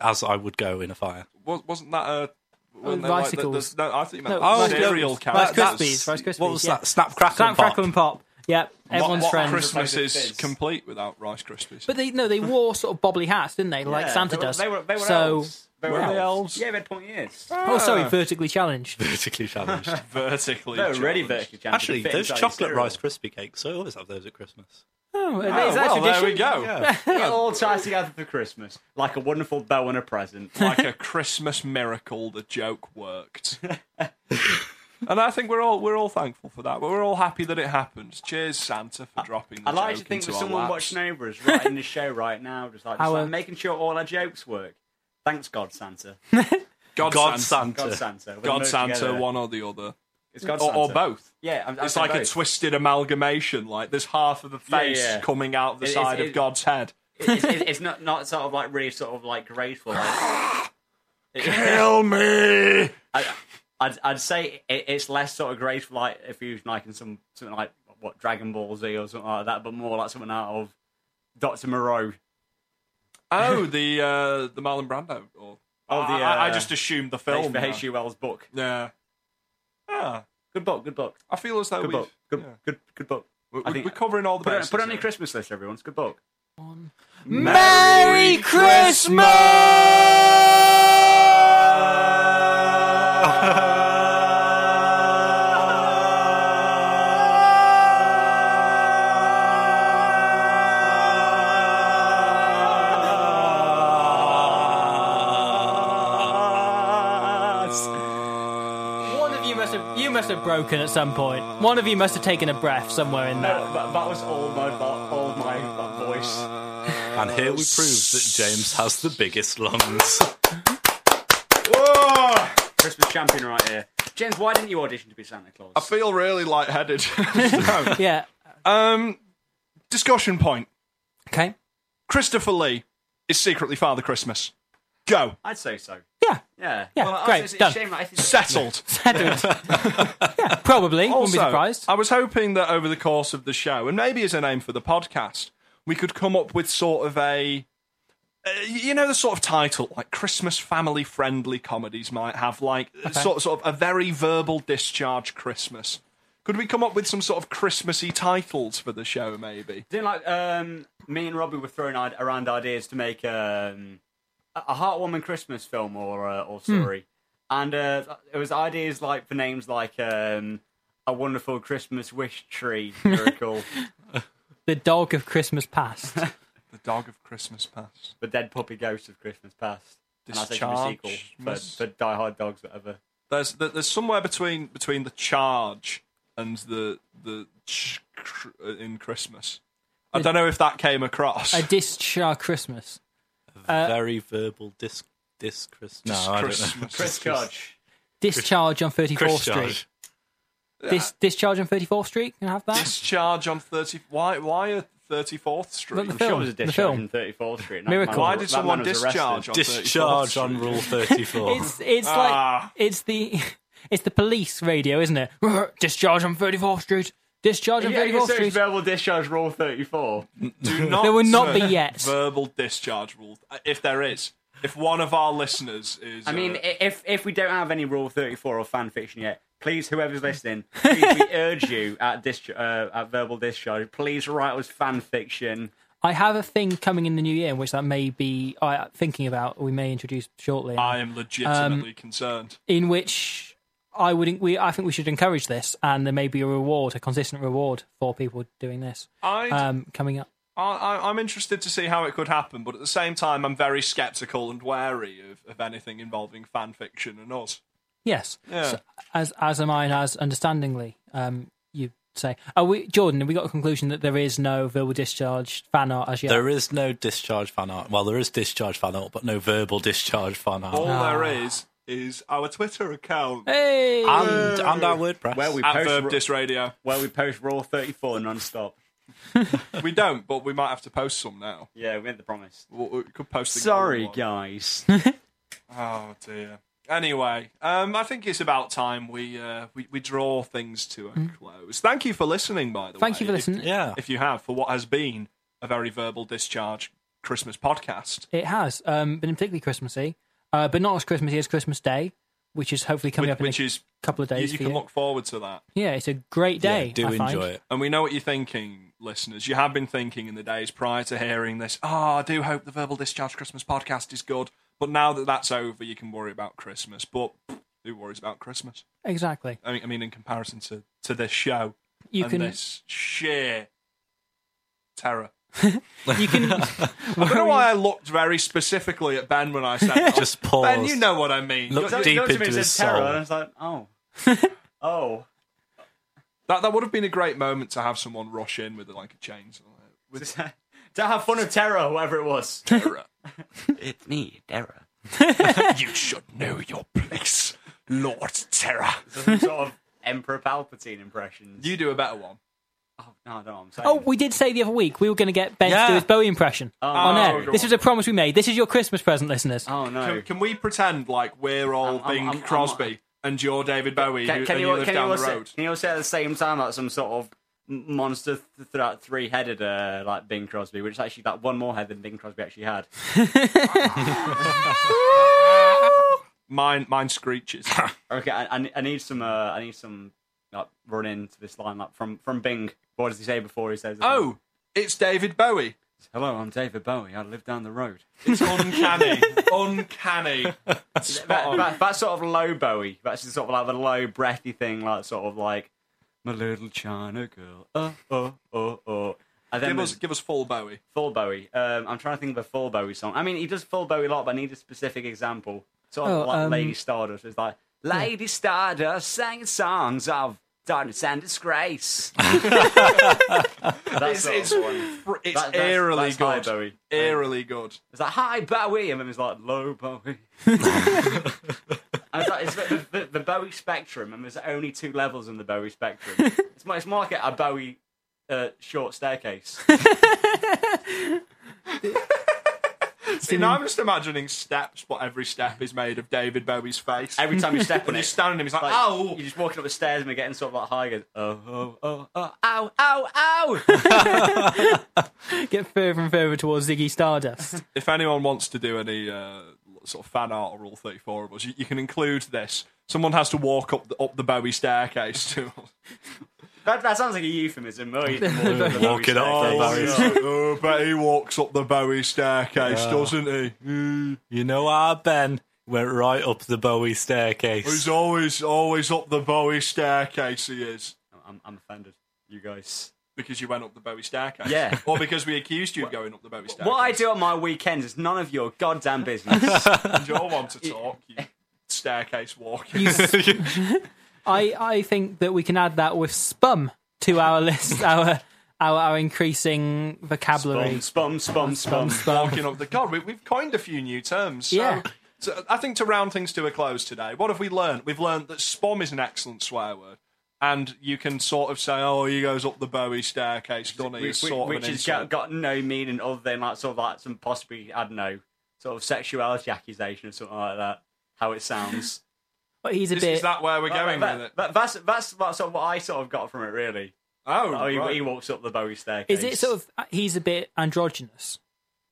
As I would go in a fire. was, wasn't that a. wasn't Oh, there, like, the- bicycles. the- no, I think you meant No, oh, Rice- cereal Rice characters. Krispies. Rice Krispies. What was yeah. that? Snap, crackle, Snap, pop. crackle, and pop. Yep, everyone's what, what friends. Christmas Like a is fizz. complete without Rice Krispies. But they no, they wore sort of bobbly hats, didn't they? Like Santa they were, does. They were, they were so, elves. They Were they elves? Yeah, red pointy ears. oh, sorry, vertically challenged. Vertically challenged. vertically. They're already challenged. vertically challenged. Actually, They fit those inside your chocolate cereal. Rice Krispie cakes, I always have those at Christmas. Oh, is Oh, that well, tradition? there we go. Yeah. It all ties together for Christmas, like a wonderful bow and a present. like a Christmas miracle, the joke worked. and I think we're all we're all thankful for that. But we're all happy that it happened. Cheers, Santa, for dropping. The I like to joke think into there's our someone laps. watching over us right in the show right now, just like, just Our- like making sure all our jokes work. Thanks, God Santa. God, God Santa, God Santa. Santa. We're God merged Santa, together. one or the other. It's God or, or Santa. both. Yeah, I'm, I'm It's like both. a twisted amalgamation. Like there's half of the Yeah, face yeah. coming out the It- it- side it- of God's head. it's, it's, it's not not sort of like really sort of like grateful. Like, Kill me! I, I'd I'd say it, it's less sort of grateful like if you was like in some something like what Dragon Ball Z or something like that, but more like something out of Doctor Moreau. Oh, the uh, the Marlon Brando. Or, Oh, I- the, I, I uh, just assumed the H- film. the now. H.G. Wells book. Yeah. Ah, Good book. Good book. I feel as though Good we've, book. Good yeah. good good book. We- I we- think- we're covering all the Put it, bases. put it on your here. Christmas list, everyone. It's a good book. Merry One of you must have you must have broken at some point. One of you must have taken a breath somewhere in there. that, that was all my all my voice. And here we prove that James has the biggest lungs. Whoa! Christmas champion right here. James, why didn't you audition to be Santa Claus? I feel really lightheaded. Yeah. um, discussion point. Okay. Christopher Lee is secretly Father Christmas. Go. I'd say so. Yeah. Yeah. Yeah, I- I- great, It's a done. shame. that I think Settled. Settled. yeah, probably. Wouldn't be Also, uh, surprised. I was hoping that over the course of the show, and maybe as a name for the podcast, we could come up with sort of a. uh, You know the sort of title like Christmas family friendly comedies might have like uh, sort sort of a very verbal discharge Christmas. Could we come up with some sort of Christmassy titles for the show? Maybe Didn't like um, me and Robbie were throwing ide- around ideas to make um, a a heartwarming Christmas film or uh, or Hmm. story, and uh, it was ideas like for names like um, a wonderful Christmas wish tree miracle, The dog of Christmas past. the dog of Christmas past. the dead puppy ghost of Christmas past, and I think a Discharge sequel for, must- for Die Hard Dogs, whatever. There's there- there's somewhere between between the charge and the the ch- cr- uh, in Christmas. I don't know if that came across. a discharge Christmas. Very verbal disc. Disc Christmas. No, I don't know. Christmas. Chris Judge. Discharge on 34th Street. Christmas. Dis- discharge on 34th Street. Can I have that? discharge on 30 why why a 34th street Look, I'm sure it was a The discharge film. in 34th Street. and that Miracle. man- why that man did someone was discharge arrested. on 34th Discharge Street? on Rule 34. It's it's Ah. like it's the it's the police radio, isn't it? Discharge on 34th Street. Discharge on Yeah, you 34th search Street. verbal discharge rule 34. Do not There will not be search yet. verbal discharge rule if there is if one of our listeners is I mean, uh, i- if if we don't have any Rule Thirty Four or fan fiction yet, please, whoever's listening, please, we urge you at dis- uh, at verbal discharge, please write us fan fiction. I have a thing coming in the new year in which that may be I thinking about. or We may introduce shortly. i am legitimately Um, concerned in which I would we I think we should encourage this, and there may be a reward, a consistent reward for people doing this I'd- um, coming up. I, I, i'm interested to see how it could happen but at the same time i'm very skeptical and wary of, of anything involving fan fiction and us Yes, Yeah. So, as as am I, and as understandingly um, you say. Are we Jordan? Have we got a conclusion that there is no verbal discharge fan art as yet? There is no discharge fan art. Well, there is discharge fan art, but no verbal discharge fan art. all there is is our twitter account Ah. Hey, And, and our WordPress. Where we at post Verb Ru- Dis Radio. where we post Rule Thirty Four non-stop. We don't, but we might have to post some now. Yeah, we had the promise. We- We could post. the Sorry, golden one. guys. Oh dear. Anyway, um, I think it's about time we uh, we, we draw things to a close. Thank you for listening, by the way. Mm. thank you for If- listening. Yeah. If, you have, for what has been a very verbal discharge Christmas podcast It has um, been particularly Christmassy, uh, but not as Christmassy as Christmas Day, which is hopefully coming Which- up in which a is- couple of you, days. you for can look forward to that. Yeah, it's a great day. Yeah, do I enjoy find. it. And we know what you're thinking, listeners. You have been thinking in the days prior to hearing this, oh, I do hope the Verbal Discharge Christmas podcast is good. But now that that's over, you can worry about Christmas. But who worries about Christmas? Exactly. I mean, I mean in comparison to, to this show You and can this sheer terror. you can I don't know why I looked very specifically at Ben when I said that. Just pause. Ben, you know what I mean. Look You're- deep Looked at me into and his said terror, soul. and I was like, oh, oh. That, that would have been a great moment to have someone rush in with like a chainsaw. With to have fun of terror, whoever it was. terror. It's me, terror. you should know your place, Lord Terror. Some sort of Emperor Palpatine impressions. You do a better one. Oh, no, I don't know what I'm saying. Oh, we did say the other week we were going to get Ben to Yeah. do his Bowie impression on air. Oh, go This on. was a promise we made. This is your Christmas present, listeners. Oh, no. Can, can we pretend like we're all I'm- I'm- Bing I'm- I'm- Crosby and you're David Bowie who, and you, live down all the say- road? can you all say at the same time like some sort of m- monster th- th- three-headed uh, like Bing Crosby, which is actually like one more head than Bing Crosby actually had. Mine, mine screeches. Okay, I, I ne- I need some. Uh, I need some like run into this line like from from Bing. What does he say before he says? the oh, it's David Bowie. thing? hello, I'm David Bowie. I live down the road. It's uncanny, uncanny. Spot That, on. that, that sort of low Bowie. That's the sort of like the low breathy thing, like sort of like my little China girl. Oh oh oh oh. And then Give us, there's- give us full Bowie. Full Bowie. Um, I'm trying to think of a Full Bowie song. I mean, he does Full Bowie a lot, but I need a specific example. Sort of Oh, like um, Lady Stardust. It's like, Lady Stardust sang songs of darkness and disgrace. that's It's, it's, sort of- fr- it's that- that's- eerily that's high good. Bowie. Eerily good. It's like, hi, Bowie. And then it's like, low Bowie. And it's like, it's the, the, the Bowie spectrum, and there's only two levels in the Bowie spectrum. It's more, it's more like a Bowie uh, short staircase. See, now I'm just imagining steps, but every step is made of David Bowie's face. Every time you step on when it, you're standing, him, he's like, "Oh." Like, "Ow!" You're just walking up the stairs and we're getting sort of like high. Goes, oh, oh, oh, oh, ow, ow, ow. Get further and further towards Ziggy Stardust. If anyone wants to do any uh, sort of fan art or all 34 of us, you, you can include this. Someone has to walk up the, up the Bowie staircase to us. that, that sounds like a euphemism. Oh, More, Walk it off. Oh, but he walks up the Bowie staircase, doesn't he? You know our Ben went right up the Bowie staircase. He's always, always up the Bowie staircase, he is. I'm, I'm offended. You guys. Because you went up the Bowie staircase? Yeah. Or because we accused you of going up the Bowie staircase? What I do on my weekends is none of your goddamn business. And you're one to talk, you staircase walking. You s- I, I think that we can add that with spum to our list, our our, our increasing vocabulary. spum, spum, spum. Walking up the God, we, we've coined a few new terms. So, Yeah. so I think to round things to a close today, what have we learned? We've learned that spom is an excellent swear word, and you can sort of say, "Oh, he goes up the Bowie staircase, doesn't he?" Which, It's sort which of an has got, insult. got no meaning other than like sort of like some possibly, I don't know, sort of sexuality accusation or something like that. How it sounds. But he's a Is, bit. is that where we're going that, with it? that- that's, that's, that's sort of what I sort of got from it, really. Oh, Oh, he, right. he walks up the Bowie staircase. Is it sort of? uh, He's a bit androgynous.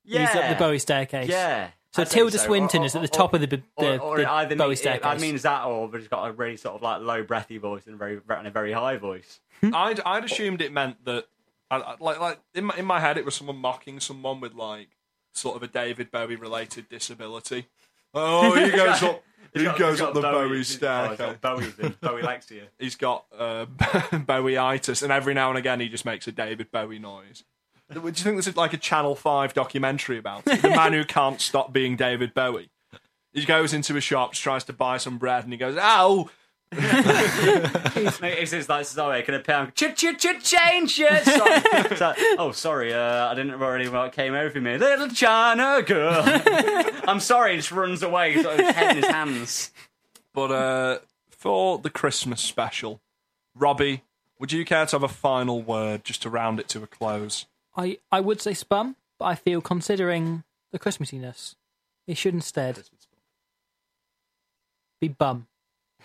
Yeah. He's up the Bowie staircase. Yeah. So I'd say Tilda so. Swinton Or- is at or- the top of the, the, or, the, or the either Bowie mean, staircase. I mean, is that or but he's got a really sort of like low breathy voice and very and a very high voice. I'd, I'd assumed it meant that, I, I- like, like in my, in my head, it was someone mocking someone with like sort of a David Bowie related disability. Oh, he goes up. He He's got- goes he's up got the Bowie he's- oh, he's staircase. got Bowie's in, Bowie Lexia. he's got uh, Bowie-itis, and every now and again he just makes a David Bowie noise. Do you think this is like a Channel 5 documentary about it? The man who can't stop being David Bowie. He goes into a shop, tries to buy some bread, and he goes, ow! No, It's just like sorry, can I pay? Ch ch ch change it. Sorry. It's like, oh, sorry, uh, I didn't really what came over me. Little China girl. I'm sorry. He just runs away, sort of head in his hands. But uh, for the Christmas special, Robbie, would you care to have a final word just to round it to a close? I, I would say spum, but I feel considering the Christmassiness, it should instead be bum.